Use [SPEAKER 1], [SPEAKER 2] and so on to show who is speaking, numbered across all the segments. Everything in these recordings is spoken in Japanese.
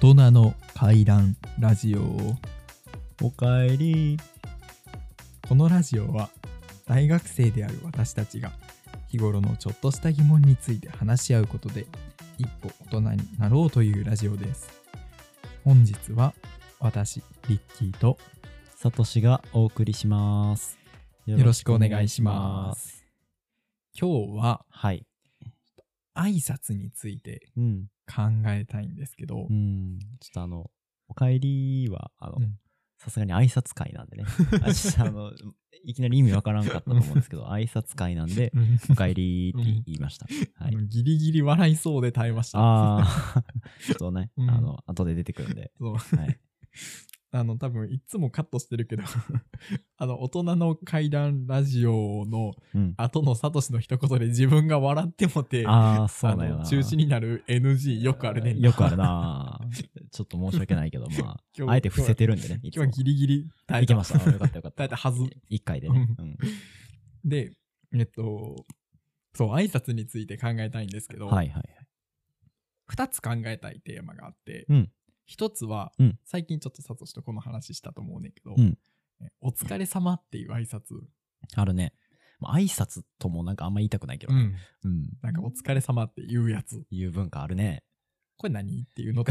[SPEAKER 1] 大人の回覧ラジオ
[SPEAKER 2] おかえり。
[SPEAKER 1] このラジオは大学生である私たちが日頃のちょっとした疑問について話し合うことで一歩大人になろうというラジオです本日は私リッキーと
[SPEAKER 2] サトシがお送りします。よ
[SPEAKER 1] よろしくお願いします今日は
[SPEAKER 2] はい。
[SPEAKER 1] 挨拶について
[SPEAKER 2] うん。
[SPEAKER 1] 考えたいんですけど、
[SPEAKER 2] うん。ちょっとあの、おかえりは、あの
[SPEAKER 1] うん、
[SPEAKER 2] さすがに挨拶会なんで ね。あちょっとあの、いきなり意味わからんかったと思うんで すけど、挨拶会なんで、おかえりって言いました。は
[SPEAKER 1] あ
[SPEAKER 2] い
[SPEAKER 1] の。ギリギリ笑いそうで耐えました
[SPEAKER 2] ああ、ちょっとね、
[SPEAKER 1] うん
[SPEAKER 2] あの、後で出てくるんで。
[SPEAKER 1] そう
[SPEAKER 2] はい。
[SPEAKER 1] あの、多分いつもカットしてるけど、 あの、大人の階段ラジオの
[SPEAKER 2] うん。
[SPEAKER 1] 後のサトシの一言で自分が笑ってもて、
[SPEAKER 2] ああ、そう
[SPEAKER 1] あ
[SPEAKER 2] だよ
[SPEAKER 1] の
[SPEAKER 2] な。
[SPEAKER 1] 中止になる NG よくあるねんな。
[SPEAKER 2] よくあるな。ちょっと申し訳ないけど、ま
[SPEAKER 1] 今
[SPEAKER 2] あ、
[SPEAKER 1] 日
[SPEAKER 2] あえて伏せてるんでね。いつ
[SPEAKER 1] 今
[SPEAKER 2] も
[SPEAKER 1] 日はギリギリ耐え
[SPEAKER 2] いけました。あよかったよか
[SPEAKER 1] 耐
[SPEAKER 2] った。
[SPEAKER 1] えたはず。
[SPEAKER 2] 一回でね。うん
[SPEAKER 1] で、えっと、そう、挨拶について考えたいんですけど、
[SPEAKER 2] はいはいはい。
[SPEAKER 1] 二つ考えたいテーマがあって、
[SPEAKER 2] うん
[SPEAKER 1] 一つは、
[SPEAKER 2] うん
[SPEAKER 1] 最近ちょっとサトシとこの話したと思うねんけど、
[SPEAKER 2] うん
[SPEAKER 1] お疲れ様っていう挨拶、
[SPEAKER 2] あるね。まあ挨拶ともなんかあんま言いたくないけど
[SPEAKER 1] う
[SPEAKER 2] ね。
[SPEAKER 1] ん
[SPEAKER 2] うん。
[SPEAKER 1] なんかお疲れ様っていうやつ。
[SPEAKER 2] いう文化あるね。
[SPEAKER 1] これ何っていうのと、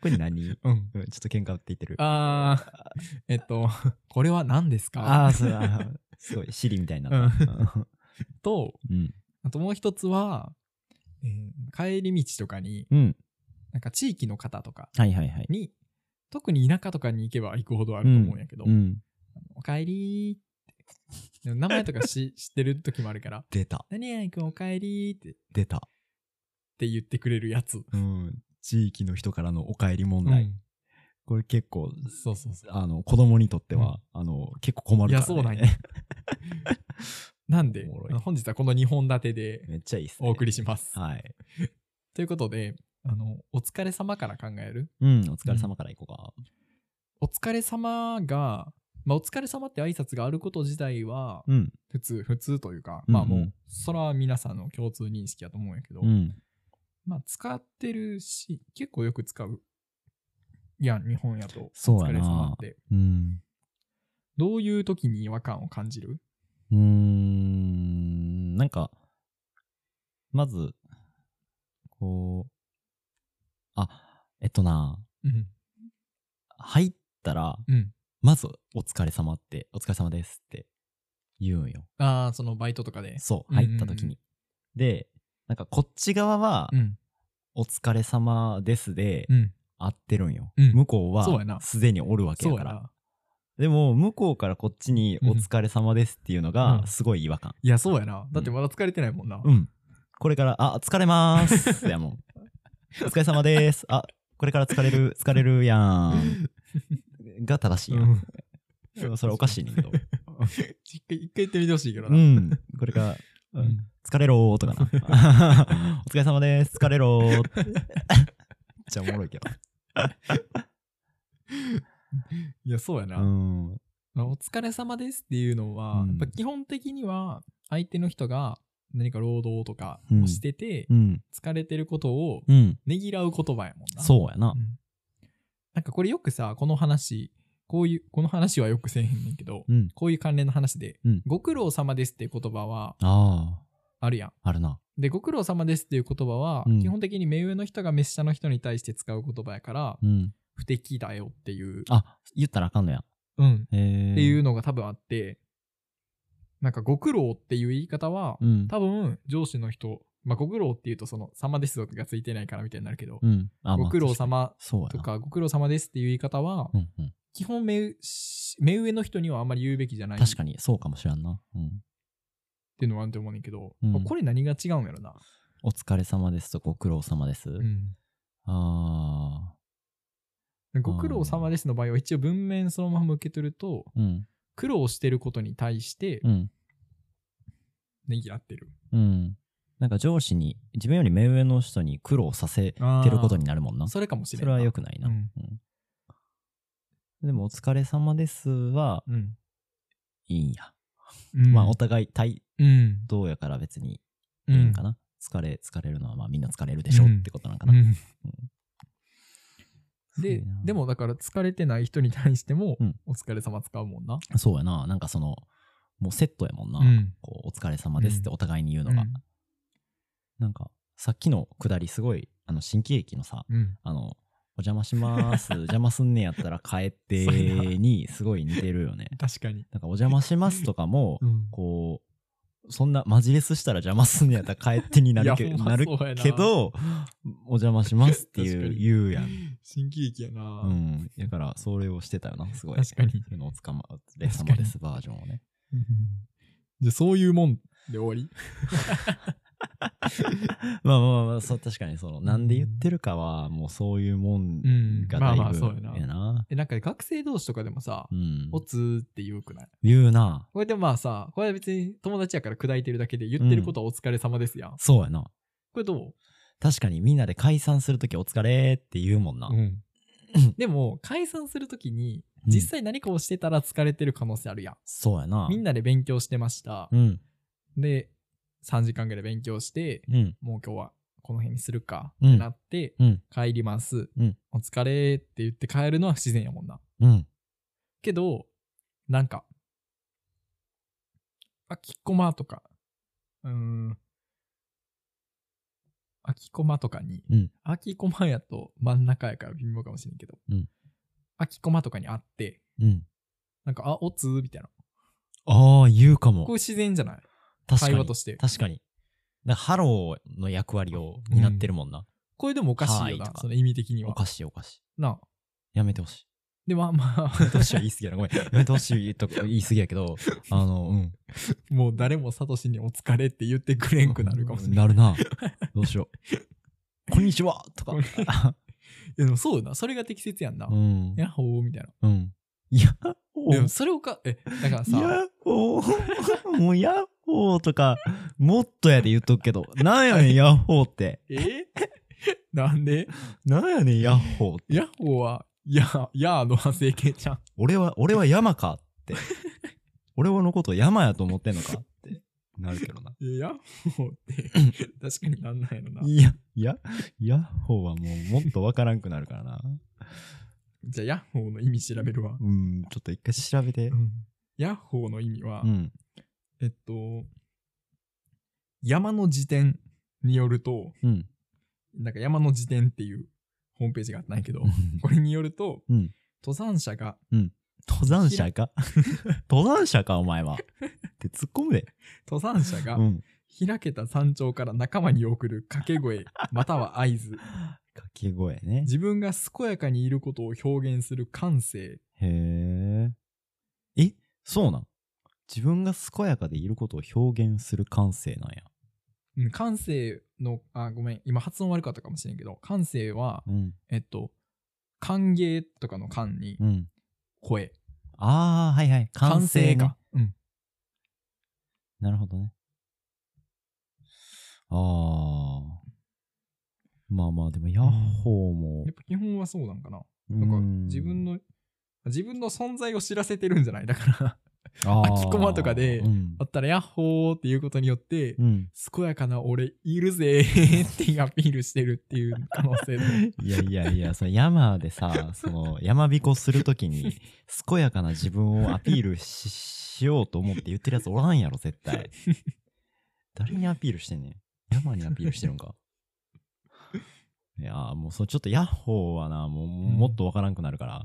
[SPEAKER 2] これ何うん
[SPEAKER 1] うん。
[SPEAKER 2] ちょっと喧嘩売って言ってる。
[SPEAKER 1] あー、えっと、これは何ですか
[SPEAKER 2] あー、そうあーすごい、シリみたいになった。
[SPEAKER 1] と、
[SPEAKER 2] うん。
[SPEAKER 1] あともう一つは、えー帰り道とかに、
[SPEAKER 2] うん。
[SPEAKER 1] なんか地域の方とか
[SPEAKER 2] はいはいはい。
[SPEAKER 1] に、特に田舎とかに行けば行くほどあると思うんやけど、
[SPEAKER 2] うん。
[SPEAKER 1] おかえりーって。でも名前とか し知ってる時もあるから、
[SPEAKER 2] 出た。
[SPEAKER 1] 何々くんおかえりーってっ
[SPEAKER 2] 出た。
[SPEAKER 1] て言ってくれるやつ。
[SPEAKER 2] うん。地域の人からのお帰り問
[SPEAKER 1] う
[SPEAKER 2] 題。
[SPEAKER 1] ん
[SPEAKER 2] これ結構、
[SPEAKER 1] そうそうそう。
[SPEAKER 2] あの、子供にとっては、あの、結構困る
[SPEAKER 1] い
[SPEAKER 2] から、
[SPEAKER 1] や、
[SPEAKER 2] ね。
[SPEAKER 1] そうなんや。なんで
[SPEAKER 2] おもろ、い
[SPEAKER 1] あの本日はこの2本立てで
[SPEAKER 2] めっちゃいいっすね。
[SPEAKER 1] お送りします。
[SPEAKER 2] はい。
[SPEAKER 1] ということで、あの、お疲れ様から考える
[SPEAKER 2] うん、お疲れ様からいこうか。
[SPEAKER 1] お疲れ様が、まあ、お疲れ様って挨拶があること自体は、
[SPEAKER 2] うん。
[SPEAKER 1] 普通、普通というか、
[SPEAKER 2] うん
[SPEAKER 1] まあもう、それは皆さんの共通認識やと思うんやけど、
[SPEAKER 2] うん。
[SPEAKER 1] まあ使ってるし、結構よく使う。いやん、日本やと。
[SPEAKER 2] そ
[SPEAKER 1] お
[SPEAKER 2] う
[SPEAKER 1] 疲
[SPEAKER 2] や
[SPEAKER 1] れ様
[SPEAKER 2] な
[SPEAKER 1] っ。て。
[SPEAKER 2] うん。
[SPEAKER 1] どういう時に違和感を感じる
[SPEAKER 2] うーん、なんか、まず、こう、あ、えっとな、
[SPEAKER 1] うん。
[SPEAKER 2] 入ったら、
[SPEAKER 1] うん。
[SPEAKER 2] まず、お疲れ様って、お疲れ様ですって言うんよ。
[SPEAKER 1] ああ、そのバイトとかで。
[SPEAKER 2] そう、
[SPEAKER 1] うんうんうん
[SPEAKER 2] 入った時に。で、なんかこっち側は、
[SPEAKER 1] うん。
[SPEAKER 2] お疲れ様ですで、
[SPEAKER 1] うん。
[SPEAKER 2] 合ってるんよ。
[SPEAKER 1] うん
[SPEAKER 2] 向こう
[SPEAKER 1] そうや
[SPEAKER 2] は
[SPEAKER 1] な、
[SPEAKER 2] すでにおるわけ
[SPEAKER 1] そう
[SPEAKER 2] や
[SPEAKER 1] や
[SPEAKER 2] から。
[SPEAKER 1] な。
[SPEAKER 2] でも、向こうからこっちに、
[SPEAKER 1] うん
[SPEAKER 2] お疲れ様ですっていうの
[SPEAKER 1] うん
[SPEAKER 2] が、すごい違和感。
[SPEAKER 1] いや、そうやな。だってまだ疲れてないもんな。
[SPEAKER 2] うん。これから、あ、疲れまーす。やもん。 お疲れ様でーす。あ、これから疲れる、疲れるやん。 が正しいよ。
[SPEAKER 1] うん
[SPEAKER 2] で もそれおかしいねんけど。
[SPEAKER 1] 一回、一回言ってみてほしいけど
[SPEAKER 2] う
[SPEAKER 1] な。
[SPEAKER 2] ん。これか
[SPEAKER 1] う
[SPEAKER 2] ら、うんん、疲れろーとか な。お疲れ様でーす。疲れろーって。めっちゃおもろいけど。
[SPEAKER 1] いや、そうやな。
[SPEAKER 2] うん。
[SPEAKER 1] まあお疲れ様ですっていうのは、
[SPEAKER 2] うん
[SPEAKER 1] やっぱ基本的には相手の人が何か労働とかをしてて、
[SPEAKER 2] うん。
[SPEAKER 1] 疲れてることを
[SPEAKER 2] うん。
[SPEAKER 1] ねぎらう言葉やもんな。
[SPEAKER 2] そうやな
[SPEAKER 1] う。んなんかこれよくさ、この話、こういう、この話はよくせえへんねんけど、
[SPEAKER 2] うん。
[SPEAKER 1] こういう関連の話で、
[SPEAKER 2] うん
[SPEAKER 1] ご苦労様ですっていう言葉は
[SPEAKER 2] あ
[SPEAKER 1] あるやん。
[SPEAKER 2] あ、あるな。
[SPEAKER 1] で、ご苦労様ですっていう言葉は、
[SPEAKER 2] うん
[SPEAKER 1] 基本的に目上の人が目下の人に対して使う言葉やから、
[SPEAKER 2] うん。
[SPEAKER 1] 不適だよっていう、
[SPEAKER 2] あ、言ったらあかんのや。
[SPEAKER 1] うん、
[SPEAKER 2] へー
[SPEAKER 1] っていうのが多分あって、なんかご苦労っていう言い方は、
[SPEAKER 2] うん。
[SPEAKER 1] 多分上司の人、まあ、ご苦労っていうとその様ですとかがついてないからみたいになるけど、
[SPEAKER 2] うん。あ
[SPEAKER 1] ご苦労。様
[SPEAKER 2] まあ確かにそう
[SPEAKER 1] と
[SPEAKER 2] やな。
[SPEAKER 1] かご苦労様ですっていう言い方は、
[SPEAKER 2] うんうん。
[SPEAKER 1] 基本目目上の人にはあんまり言うべきじゃないっ
[SPEAKER 2] 確かに、そうかもしらんな。うん。
[SPEAKER 1] ていうのはあると思うねんけど、
[SPEAKER 2] うん
[SPEAKER 1] これ何が違うんやろな。
[SPEAKER 2] お疲れ様ですとご苦労様です。
[SPEAKER 1] うん
[SPEAKER 2] あ
[SPEAKER 1] ご苦労様ですの場合は一応文面そのまま受け取ると
[SPEAKER 2] あ、うん、
[SPEAKER 1] 苦労してることに対して
[SPEAKER 2] うん、
[SPEAKER 1] ねぎらってる。
[SPEAKER 2] うん。なんか上司に、自分より目上の人に苦労させ
[SPEAKER 1] あー
[SPEAKER 2] てることになるもんな。そ
[SPEAKER 1] それかもしれ
[SPEAKER 2] れ
[SPEAKER 1] ない。
[SPEAKER 2] は良くないな。
[SPEAKER 1] う
[SPEAKER 2] うんんでも、お疲れ様ですは、
[SPEAKER 1] うん。
[SPEAKER 2] いいんや。
[SPEAKER 1] うん
[SPEAKER 2] まあ、お互い対
[SPEAKER 1] うん。
[SPEAKER 2] 等やから別に
[SPEAKER 1] う
[SPEAKER 2] いいん
[SPEAKER 1] ん
[SPEAKER 2] かな。疲れ、疲れるのは、まあみんな疲れるでしょ
[SPEAKER 1] う
[SPEAKER 2] うんってことなんか
[SPEAKER 1] う
[SPEAKER 2] な。
[SPEAKER 1] んで
[SPEAKER 2] そうやな
[SPEAKER 1] でもだから疲れてない人に対しても
[SPEAKER 2] うん
[SPEAKER 1] 「お疲れ様使うもんな、
[SPEAKER 2] そうやな。なんかその、もうセットやもんな。
[SPEAKER 1] うん
[SPEAKER 2] こうお疲れ様ですってお互いに言うのが。
[SPEAKER 1] うん
[SPEAKER 2] なんか、さっきのくだり、すごい、あの、新喜劇のさ、
[SPEAKER 1] うん
[SPEAKER 2] あの、お邪魔 します、邪魔すんねやったら帰って
[SPEAKER 1] そうやな
[SPEAKER 2] に、すごい似てるよね。
[SPEAKER 1] 確かに、
[SPEAKER 2] なんか、お邪魔しますとかも
[SPEAKER 1] う、ん
[SPEAKER 2] こう、そんなマジレスしたら邪魔すんねやったら帰ってになるけ
[SPEAKER 1] いやほんま
[SPEAKER 2] なる
[SPEAKER 1] そうやな
[SPEAKER 2] けど、お邪魔しますって
[SPEAKER 1] 確
[SPEAKER 2] い
[SPEAKER 1] か
[SPEAKER 2] う
[SPEAKER 1] に
[SPEAKER 2] 言うやん。
[SPEAKER 1] 新喜劇やな、
[SPEAKER 2] うん。だから、それをしてたよな、すごい。
[SPEAKER 1] 確かに
[SPEAKER 2] そういうのおつかまれ様ですバージョンをね。
[SPEAKER 1] うん じゃあそういうもんで終わり
[SPEAKER 2] まあまあまあ、そう確かにその、なんで言ってるかは、もうそういうもん
[SPEAKER 1] うん
[SPEAKER 2] が
[SPEAKER 1] ま
[SPEAKER 2] だ
[SPEAKER 1] あ
[SPEAKER 2] いぶ、
[SPEAKER 1] まあそうやな
[SPEAKER 2] やな。
[SPEAKER 1] えなんか学生同士とかでもさ
[SPEAKER 2] う
[SPEAKER 1] 「
[SPEAKER 2] ん
[SPEAKER 1] お。つ」って言うくない
[SPEAKER 2] 言うな。
[SPEAKER 1] これでまあさこれは別に友達やから砕いてるだけで言ってることは「お疲れ様ですやん、こ
[SPEAKER 2] そうやな。
[SPEAKER 1] れど
[SPEAKER 2] 確かにみんなで解散するときお疲れって言うもんな。
[SPEAKER 1] う、 でも解散するときに
[SPEAKER 2] うん
[SPEAKER 1] 実際何かをしてたら疲れてる可能性あるやん、
[SPEAKER 2] そうやな。
[SPEAKER 1] みんなで勉強してました、
[SPEAKER 2] うん。
[SPEAKER 1] で3時間ぐらい勉強して
[SPEAKER 2] うん。
[SPEAKER 1] もう今日はこの辺にするか
[SPEAKER 2] うん
[SPEAKER 1] ってなって、
[SPEAKER 2] うん
[SPEAKER 1] 帰ります、
[SPEAKER 2] うん
[SPEAKER 1] お疲れって言って帰るのは不自然やもんな
[SPEAKER 2] うん。
[SPEAKER 1] けどなんかあきっこまとかうーんあきこまとかに、
[SPEAKER 2] うん
[SPEAKER 1] あきこまやと真ん中やから微妙かもしれんけど、
[SPEAKER 2] うん
[SPEAKER 1] あきこまとかに会って
[SPEAKER 2] うん。
[SPEAKER 1] なんかあおつみたいな
[SPEAKER 2] ああ、言うか
[SPEAKER 1] こ
[SPEAKER 2] も
[SPEAKER 1] れ。自然じゃない
[SPEAKER 2] 確か
[SPEAKER 1] 会話
[SPEAKER 2] に
[SPEAKER 1] と。して
[SPEAKER 2] 確かに。だからハローの役割を担ってるもんな。
[SPEAKER 1] これでもおかしいよ
[SPEAKER 2] はーいと
[SPEAKER 1] な
[SPEAKER 2] か
[SPEAKER 1] その意味的に
[SPEAKER 2] お
[SPEAKER 1] は
[SPEAKER 2] かしいおかしい。
[SPEAKER 1] なあ
[SPEAKER 2] やめてほしい。
[SPEAKER 1] でまあま
[SPEAKER 2] やめてほしいは言い過ぎやな。ごめん。やめてほしいとか言い過ぎや けど、あの、うん。
[SPEAKER 1] あもう誰もサトシにお疲れって言ってくれんくなるかもしれない
[SPEAKER 2] なるな。どうしよう。こんにちはとか。
[SPEAKER 1] いやでもそうよなそれが適切やんな、
[SPEAKER 2] うん。
[SPEAKER 1] やっほーみたいな
[SPEAKER 2] うん。やっほ
[SPEAKER 1] でも
[SPEAKER 2] ー。
[SPEAKER 1] それをかえだから
[SPEAKER 2] や
[SPEAKER 1] さ
[SPEAKER 2] っほー。もうやっほーとか、もっとやで言っとくけど、なんやねん、やっほーって。
[SPEAKER 1] えー なんで
[SPEAKER 2] なんやねん、やっほーって。
[SPEAKER 1] ヤッホーはヤーヤーの派生形ちゃん
[SPEAKER 2] 俺は、俺は山かって。俺のこと山やと思ってんのかって。なるけどな。
[SPEAKER 1] いやヤッホーって 確かになんないのない
[SPEAKER 2] や、いや、ヤッホーはもうもっとわからんくなるからな。
[SPEAKER 1] じゃあヤッホーの意味調べるわ、
[SPEAKER 2] うん、ちょっと一回調べて。
[SPEAKER 1] ヤッホーの意味は、
[SPEAKER 2] うん。
[SPEAKER 1] えっと山の辞典によると
[SPEAKER 2] うん。
[SPEAKER 1] なんか山の辞典っていうホームページがあったんやけどこれによると、
[SPEAKER 2] うん
[SPEAKER 1] 登山者が
[SPEAKER 2] 登山者か登山者か、お前は。って突っ込むで。
[SPEAKER 1] 登山者が
[SPEAKER 2] うん。
[SPEAKER 1] 開けた山頂から仲間に送る掛け 声または合図
[SPEAKER 2] 掛け声ね。
[SPEAKER 1] 自分が健やかにいることを表現する感性
[SPEAKER 2] へえ。え、そうなん自分が健やかでいることを表現する感性なんや。
[SPEAKER 1] うん感性のあごめん今発音悪かったかもしれんけど感性は
[SPEAKER 2] うん。
[SPEAKER 1] えっと歓迎とかの感に
[SPEAKER 2] うん。
[SPEAKER 1] 声
[SPEAKER 2] ああ、はいはい。感性が
[SPEAKER 1] か、うん、
[SPEAKER 2] なるほどね。ああ。まあまあ、でも、ヤッホーも
[SPEAKER 1] やっ。ぱ基本はそうなんかな
[SPEAKER 2] な
[SPEAKER 1] なんか自分の自分の存在を知らせてるんじゃないだから
[SPEAKER 2] あ
[SPEAKER 1] 空き駒とかで
[SPEAKER 2] うん
[SPEAKER 1] あったらヤッホーっていうことによって
[SPEAKER 2] うん
[SPEAKER 1] 健やかな俺いる ぜーっていうアピールしてるっていう可能性
[SPEAKER 2] いやいやいや、その山でさ、その山彦するときに、健やかな自分をアピールししようと思って言ってるやつおらんやろ、絶対。誰にアピールしてんねん。山にアピールしてるんか。いやー、もうそう、ちょっとヤッホーはな、もうもっとわからんくなるから、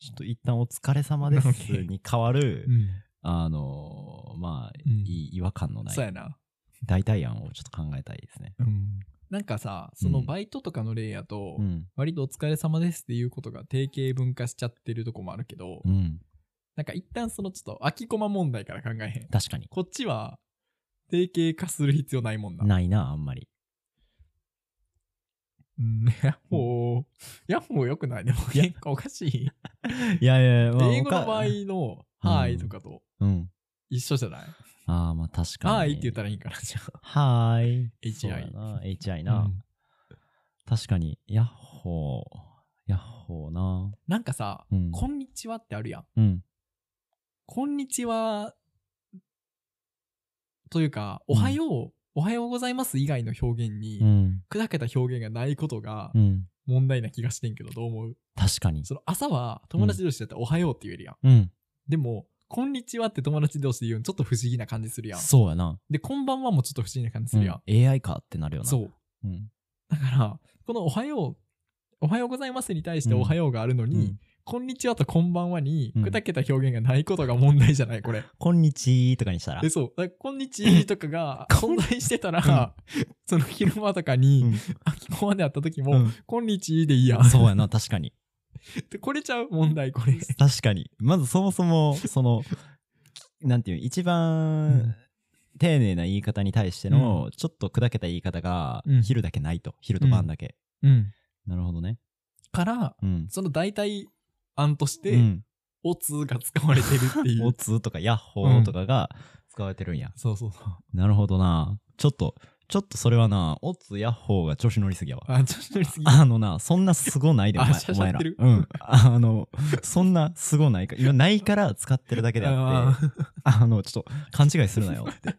[SPEAKER 2] ちょっと一旦お疲れ 様ですに変わる、
[SPEAKER 1] ん、
[SPEAKER 2] あのーまあ、
[SPEAKER 1] うん
[SPEAKER 2] いい違和感のな
[SPEAKER 1] そう
[SPEAKER 2] い
[SPEAKER 1] やな、
[SPEAKER 2] 代替案をちょっと考えたいですね。
[SPEAKER 1] うん、なんかさそのバイトとかの例やと、
[SPEAKER 2] うん。
[SPEAKER 1] 割とお疲れ様ですっていうことが定型文化しちゃってるとこもあるけど、
[SPEAKER 2] うん。
[SPEAKER 1] なんか一旦そのちょっと空きコマ問題から考えへん
[SPEAKER 2] 確かに。
[SPEAKER 1] こっちは定型化する必要ないもんな
[SPEAKER 2] ないな、あんまり。
[SPEAKER 1] うん ヤッホーヤッホーよくないでも結構おかしい
[SPEAKER 2] いやいやいや、まあ
[SPEAKER 1] 英語の場合の「
[SPEAKER 2] うん
[SPEAKER 1] はーい」とかと
[SPEAKER 2] うん。
[SPEAKER 1] 一緒じゃない「
[SPEAKER 2] ああ、まあ確かに。
[SPEAKER 1] はーい」って言ったらいいんかなじゃあ
[SPEAKER 2] はーい。
[SPEAKER 1] HI
[SPEAKER 2] そうやな。HI な。
[SPEAKER 1] うん
[SPEAKER 2] 確かに。ヤッホー。ヤッホーな。
[SPEAKER 1] なんかさ
[SPEAKER 2] う
[SPEAKER 1] 「
[SPEAKER 2] ん。
[SPEAKER 1] こんにちは」ってあるやん
[SPEAKER 2] うん。
[SPEAKER 1] 「こんにちは」というか「おはよう」おはようございます」以外の表現に
[SPEAKER 2] うん。
[SPEAKER 1] 砕けた表現がないことが
[SPEAKER 2] うん。
[SPEAKER 1] 問題な気がしてんけど、どう思う
[SPEAKER 2] 確かに。
[SPEAKER 1] その朝は友達同士だったらおはようって言えるやん。
[SPEAKER 2] うん。
[SPEAKER 1] でも、こんにちはって友達同士で言うのちょっと不思議な感じするやん。
[SPEAKER 2] そうやな。
[SPEAKER 1] で、こんばんはもちょっと不思議な感じす
[SPEAKER 2] う
[SPEAKER 1] る
[SPEAKER 2] ん
[SPEAKER 1] やん。、
[SPEAKER 2] AI かってなるよな。。
[SPEAKER 1] そうう。
[SPEAKER 2] ん、
[SPEAKER 1] だから、このおはよう、おはようございますに対して
[SPEAKER 2] うん
[SPEAKER 1] おはようがあるのに、
[SPEAKER 2] うん
[SPEAKER 1] こんにちはとこんばんはに
[SPEAKER 2] うん
[SPEAKER 1] 砕けた表現がないことが問題じゃない、これ。
[SPEAKER 2] こんにちとかにしたら
[SPEAKER 1] で、。そう。だからこんにちとかが 存在してたら、その昼間とか
[SPEAKER 2] う
[SPEAKER 1] に、
[SPEAKER 2] ん
[SPEAKER 1] 秋子まで会った時
[SPEAKER 2] う
[SPEAKER 1] も、
[SPEAKER 2] ん
[SPEAKER 1] こんにちでいいやん。
[SPEAKER 2] そうやな、確かに。
[SPEAKER 1] でこれちゃう問題、これ。
[SPEAKER 2] 確かに。まずそもそも、その、なんていう、一
[SPEAKER 1] うん
[SPEAKER 2] 番丁寧な言い方に対しての、ちょっと砕けた言い方が
[SPEAKER 1] うん、
[SPEAKER 2] 昼だけないと。昼と晩だけ。
[SPEAKER 1] うん。
[SPEAKER 2] なるほどね。
[SPEAKER 1] から、
[SPEAKER 2] うん。
[SPEAKER 1] その代替案とし
[SPEAKER 2] う
[SPEAKER 1] て、
[SPEAKER 2] ん、
[SPEAKER 1] おつが使われてるってい
[SPEAKER 2] お
[SPEAKER 1] う。
[SPEAKER 2] つとか、ヤッホーとかが使われてるんや。
[SPEAKER 1] そうそうそう。
[SPEAKER 2] なるほどな。ちょっと、ちょっとそれはな、おつ、ヤッホーが調子乗りすぎやわ。
[SPEAKER 1] あ、ちょっと乗りすぎ。
[SPEAKER 2] あのな、そんなすごないで、お
[SPEAKER 1] あ
[SPEAKER 2] 前
[SPEAKER 1] しゃ
[SPEAKER 2] お
[SPEAKER 1] しゃ
[SPEAKER 2] 前
[SPEAKER 1] っ
[SPEAKER 2] ら。
[SPEAKER 1] てる
[SPEAKER 2] うん。あの、そんなすごないか、今ないから使ってるだけであって、
[SPEAKER 1] あ
[SPEAKER 2] あの、ちょっと勘違いするなよって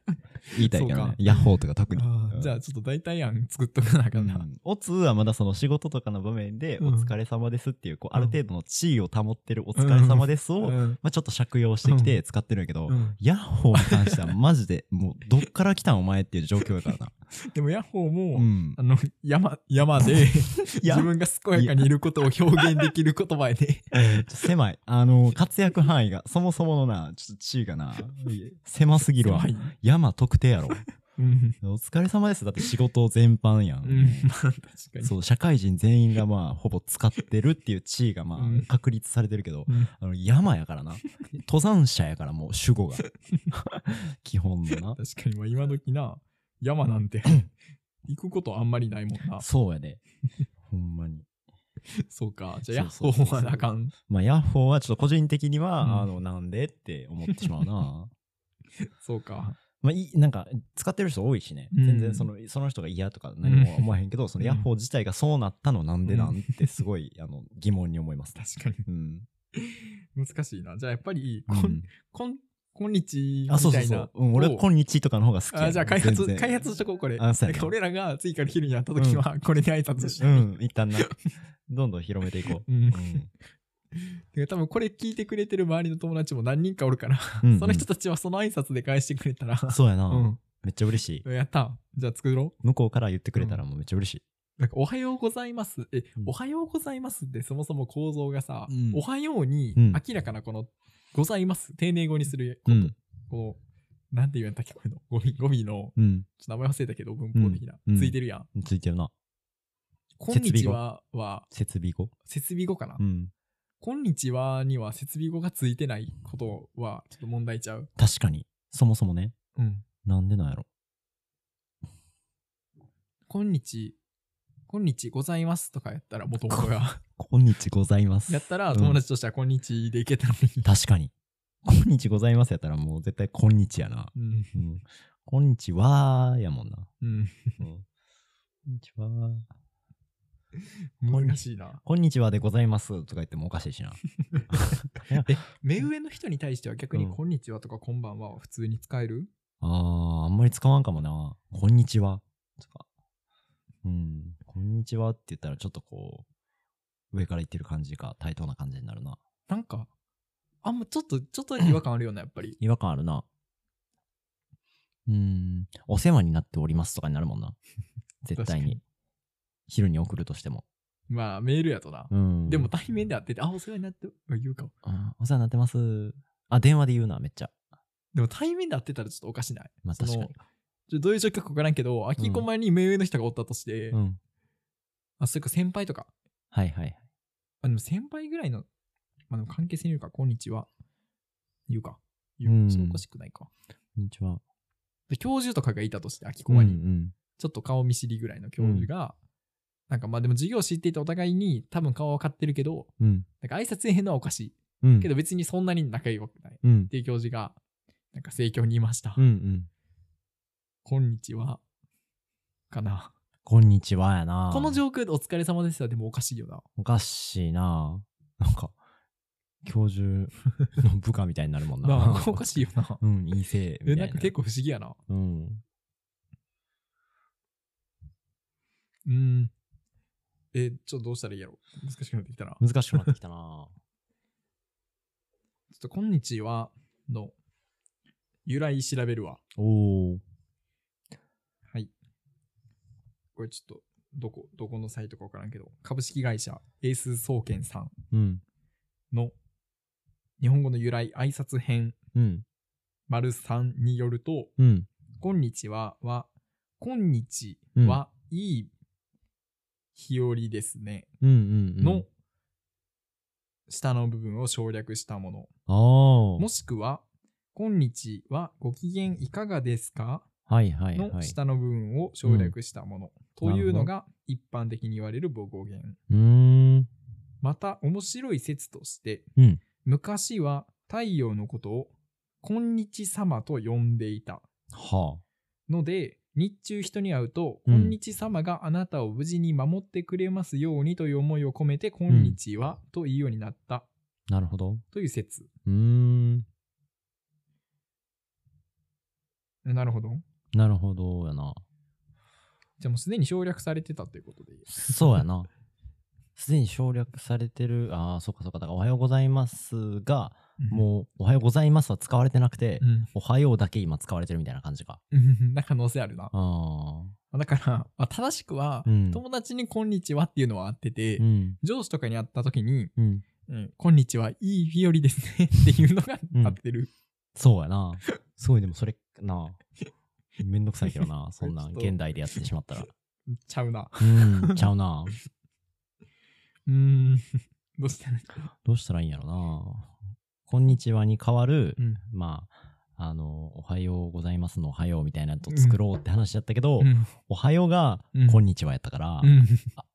[SPEAKER 2] 言いたいけど
[SPEAKER 1] そう
[SPEAKER 2] ね
[SPEAKER 1] か。
[SPEAKER 2] ヤッホーとか特
[SPEAKER 1] ー
[SPEAKER 2] に。
[SPEAKER 1] あ
[SPEAKER 2] う
[SPEAKER 1] ー
[SPEAKER 2] ん
[SPEAKER 1] じゃあ、ちょっと代替案作っとかなあかんな。
[SPEAKER 2] うんおつはまだその仕事とかの場面で、
[SPEAKER 1] うん
[SPEAKER 2] お疲れ様ですっていう、こう、
[SPEAKER 1] う
[SPEAKER 2] あ
[SPEAKER 1] ん
[SPEAKER 2] る程度の地位を保ってるお疲れ様ですを、
[SPEAKER 1] うん
[SPEAKER 2] まあちょっと借用してきて使ってるんやけど
[SPEAKER 1] う、ん
[SPEAKER 2] ヤッホーに関してはマジで、もう、どっから来たんお前っていう状況や からな。
[SPEAKER 1] でも、ヤッホーも、
[SPEAKER 2] うん
[SPEAKER 1] あ。の、山、山 で、
[SPEAKER 2] や
[SPEAKER 1] 自分が健やかにいることを表現できる言葉やで、
[SPEAKER 2] ちょっと狭い。あの、活躍範囲が、そもそものな、ちょっと地位がな、狭すぎるわ
[SPEAKER 1] 狭。い
[SPEAKER 2] 山特定やろ。
[SPEAKER 1] うん。
[SPEAKER 2] お疲れ様です。だって仕事全般や
[SPEAKER 1] うん
[SPEAKER 2] ん。、
[SPEAKER 1] まあ、確かに。
[SPEAKER 2] そう、社会人全員がまあ、ほぼ使ってるっていう地位がま
[SPEAKER 1] うん
[SPEAKER 2] あ、確立されてるけど、
[SPEAKER 1] うん
[SPEAKER 2] あの、山やからな。登山者やからもう主語が。 基本だな。
[SPEAKER 1] 確かに、まあ、今時な、山なん て、行くことあんまりないもんな。
[SPEAKER 2] そうやで。ほんまに。
[SPEAKER 1] そうか。じゃあ、ヤッホ
[SPEAKER 2] そうそう
[SPEAKER 1] ー
[SPEAKER 2] そうそ
[SPEAKER 1] は
[SPEAKER 2] う
[SPEAKER 1] なあかん。
[SPEAKER 2] まあ、ヤッホーはちょっと個人的には、
[SPEAKER 1] うん
[SPEAKER 2] あの、なんでって思ってしまうな。
[SPEAKER 1] そうか。
[SPEAKER 2] まあ、いいなんか使ってる人多いしね、
[SPEAKER 1] うん
[SPEAKER 2] 全然そのその人が嫌とか何も思わへんけど、そのヤッホー自体がそうなったのなんでなんてすごい、あの疑問に思いますね。
[SPEAKER 1] 確か
[SPEAKER 2] うん
[SPEAKER 1] に。難しいな。じゃあ、やっぱり、
[SPEAKER 2] う
[SPEAKER 1] こん
[SPEAKER 2] ん、
[SPEAKER 1] こん、こんにち
[SPEAKER 2] あ
[SPEAKER 1] み
[SPEAKER 2] そうそ
[SPEAKER 1] た
[SPEAKER 2] う
[SPEAKER 1] い
[SPEAKER 2] そ
[SPEAKER 1] な
[SPEAKER 2] う、。うん、俺は
[SPEAKER 1] を
[SPEAKER 2] 今日とかの方が好きやね
[SPEAKER 1] あじゃあ開発
[SPEAKER 2] 全然
[SPEAKER 1] 開発しとこうこれ。
[SPEAKER 2] あそうや
[SPEAKER 1] な
[SPEAKER 2] な
[SPEAKER 1] んか俺らが次から昼に会った時はこれで挨拶して。
[SPEAKER 2] うん一旦な どんどん広めていこう。
[SPEAKER 1] うん
[SPEAKER 2] うん
[SPEAKER 1] で多分これ聞いてくれてる周りの友達も何人かおるから、
[SPEAKER 2] うん
[SPEAKER 1] その人たちはその挨拶で返してくれたら、
[SPEAKER 2] そうやな、
[SPEAKER 1] うん
[SPEAKER 2] めっちゃ嬉しい。
[SPEAKER 1] やった。じゃあ作ろ
[SPEAKER 2] 向こうから言ってくれたらもうめっちゃ嬉しい。
[SPEAKER 1] う。なんかおはようございます。え、
[SPEAKER 2] うん
[SPEAKER 1] おはようございますってそもそも構造がさ、
[SPEAKER 2] うん
[SPEAKER 1] おはように
[SPEAKER 2] うん
[SPEAKER 1] 明らかなこの、ございます。丁寧語にする、
[SPEAKER 2] うん
[SPEAKER 1] この、なんて言うんだっけ、これの語尾、語尾の、
[SPEAKER 2] うん、
[SPEAKER 1] ちょっと名前忘れたけど、文法的な。
[SPEAKER 2] うん
[SPEAKER 1] ついてるやん。
[SPEAKER 2] ついてるな
[SPEAKER 1] こんにちはは、
[SPEAKER 2] 設備語。
[SPEAKER 1] 設備語かな、
[SPEAKER 2] うん
[SPEAKER 1] こんにちはには設備語がついてないことはちょっと問題ちゃう。
[SPEAKER 2] 確かにそもそもね
[SPEAKER 1] うん。
[SPEAKER 2] なんでなんやろ。
[SPEAKER 1] こんにち、こんにちございますとかやったら元々 が。
[SPEAKER 2] 今日ございます。
[SPEAKER 1] やったら
[SPEAKER 2] うん
[SPEAKER 1] 友達としてはこんにちでいけたのに。
[SPEAKER 2] 確かに。こんにちございますやったらもう絶対こんにちやな。
[SPEAKER 1] うん。
[SPEAKER 2] うん。こんにちはやもんな。
[SPEAKER 1] うん。
[SPEAKER 2] こんにちは。
[SPEAKER 1] 難しいな。
[SPEAKER 2] こんにちはでございますとか言ってもおかしい しな。
[SPEAKER 1] 目上の人に対しては逆に
[SPEAKER 2] うん
[SPEAKER 1] こんにちはとかこんばんはは普通に使える
[SPEAKER 2] あー、あんまり使わんかもな。こんにちはとか。うん。こんにちはって言ったらちょっとこう、上から言ってる感じか、対等な感じになるな。
[SPEAKER 1] なんか、あんまちょっと、ちょっと違和感あるよな、やっぱり。
[SPEAKER 2] 違和感あるな。うん。お世話になっておりますとかになるもん な。絶対
[SPEAKER 1] 確か
[SPEAKER 2] に。昼に送るとしても。
[SPEAKER 1] まあメールやとな。
[SPEAKER 2] うん。
[SPEAKER 1] でも対面で会ってて、あ、お世話になって、言うか。
[SPEAKER 2] うんお世話になってます。あ、電話で言うな、めっちゃ。
[SPEAKER 1] でも対面で会ってたらちょっとおかしない。
[SPEAKER 2] まあ
[SPEAKER 1] その
[SPEAKER 2] 確かに。
[SPEAKER 1] ちょどういう状況か分からんけど、秋子前に目上の人がおったとして、
[SPEAKER 2] うん。
[SPEAKER 1] あ、それか先輩とか。
[SPEAKER 2] はいはいはい。
[SPEAKER 1] あ、でも先輩ぐらいの、まあでも関係性によるか、こんにちは。言うか。言
[SPEAKER 2] う
[SPEAKER 1] う。
[SPEAKER 2] ん
[SPEAKER 1] そうおかしくないか。
[SPEAKER 2] こんにちは。
[SPEAKER 1] で、教授とかがいたとして、秋子前に、
[SPEAKER 2] うん
[SPEAKER 1] ちょっと顔見知りぐらいの教授が、なんかまあでも授業知っていてお互いに多分顔は分かってるけど、
[SPEAKER 2] うん。うん。
[SPEAKER 1] なんか挨拶へんのはおかしい。
[SPEAKER 2] うん。
[SPEAKER 1] けど別にそんなに仲良くない。っ
[SPEAKER 2] うん。
[SPEAKER 1] ていう教授が、なんか盛況にいました。
[SPEAKER 2] うんうん。
[SPEAKER 1] こんにちは。かな。
[SPEAKER 2] こんにちはやな。
[SPEAKER 1] この状況でお疲れ様ですはでもおかしいよな。
[SPEAKER 2] おかしいな。なんか、教授の部下みたいになるも んな。
[SPEAKER 1] なあ、おかしい よな。
[SPEAKER 2] うん、いいせい。みた
[SPEAKER 1] え、
[SPEAKER 2] い
[SPEAKER 1] なんか結構不思議やな。
[SPEAKER 2] うん。
[SPEAKER 1] うん。えーちょっとどうしたらいいやろ難しくなってきたな。ちょ
[SPEAKER 2] 難しくなってきた な
[SPEAKER 1] っと今日はの由来調べるわ。
[SPEAKER 2] おお
[SPEAKER 1] はい。これちょっと、どこ、どこのサイトかわからんけど、株式会社エース総研さん
[SPEAKER 2] うん
[SPEAKER 1] の日本語の由来挨拶編
[SPEAKER 2] うん
[SPEAKER 1] 丸3によると、
[SPEAKER 2] うん
[SPEAKER 1] こんにちはは、こんにちは、いい日和ですね、
[SPEAKER 2] うんうんうん
[SPEAKER 1] の下の部分を省略したもの。
[SPEAKER 2] ああ
[SPEAKER 1] もしくは、こんにちは、ご機嫌いかがですか
[SPEAKER 2] はいはいは
[SPEAKER 1] の
[SPEAKER 2] い
[SPEAKER 1] 下の部分を省略したものというの
[SPEAKER 2] な
[SPEAKER 1] が一般的に言われる母語源。
[SPEAKER 2] うーん
[SPEAKER 1] また面白い説として、
[SPEAKER 2] うん
[SPEAKER 1] 昔は太陽のことを「こんにち様」と呼んでいた
[SPEAKER 2] は
[SPEAKER 1] ので日中人に会うと「
[SPEAKER 2] うん
[SPEAKER 1] こんにち様」があなたを無事に守ってくれますようにという思いを込めて「こんにちは」と言うようになった
[SPEAKER 2] あなるほど
[SPEAKER 1] という説。
[SPEAKER 2] うーん
[SPEAKER 1] なるほど。
[SPEAKER 2] なるほどやな
[SPEAKER 1] じゃあもうすでに省略されてたということでいい。
[SPEAKER 2] そうや な。すでに省略されてる、ああ、そうかそうか、だからおはようございますが、もう、おはようございますは使われてなくて、
[SPEAKER 1] うん、
[SPEAKER 2] おはようだけ今使われてるみたいな感じか。
[SPEAKER 1] うん、 な可能性あるな。
[SPEAKER 2] あ
[SPEAKER 1] だから、まあ正しくは、
[SPEAKER 2] うん
[SPEAKER 1] 友達に「こんにちは」っていうのは合ってて、
[SPEAKER 2] あ。うん。
[SPEAKER 1] 上司とかに会った時に
[SPEAKER 2] うん。
[SPEAKER 1] 「うん、こんにちはいい日和ですね」っていうのが
[SPEAKER 2] うん
[SPEAKER 1] 合ってる。
[SPEAKER 2] そうやな。 すごい、でもそれ、なあ。めんどくさいけど な、そんな
[SPEAKER 1] ちょ
[SPEAKER 2] ん
[SPEAKER 1] っと
[SPEAKER 2] 現代でやってしまったら。
[SPEAKER 1] ちゃうな。
[SPEAKER 2] うん、ちゃうな。
[SPEAKER 1] うーん。どうしたらいい
[SPEAKER 2] どうしたらいいんやろな。こんにちはに変わる、
[SPEAKER 1] うん
[SPEAKER 2] まあ、あの、おはようございますのおはようみたいなのと作ろうって話やったけど、
[SPEAKER 1] うん
[SPEAKER 2] おはようが、
[SPEAKER 1] うん
[SPEAKER 2] こんにちはやったから、
[SPEAKER 1] うん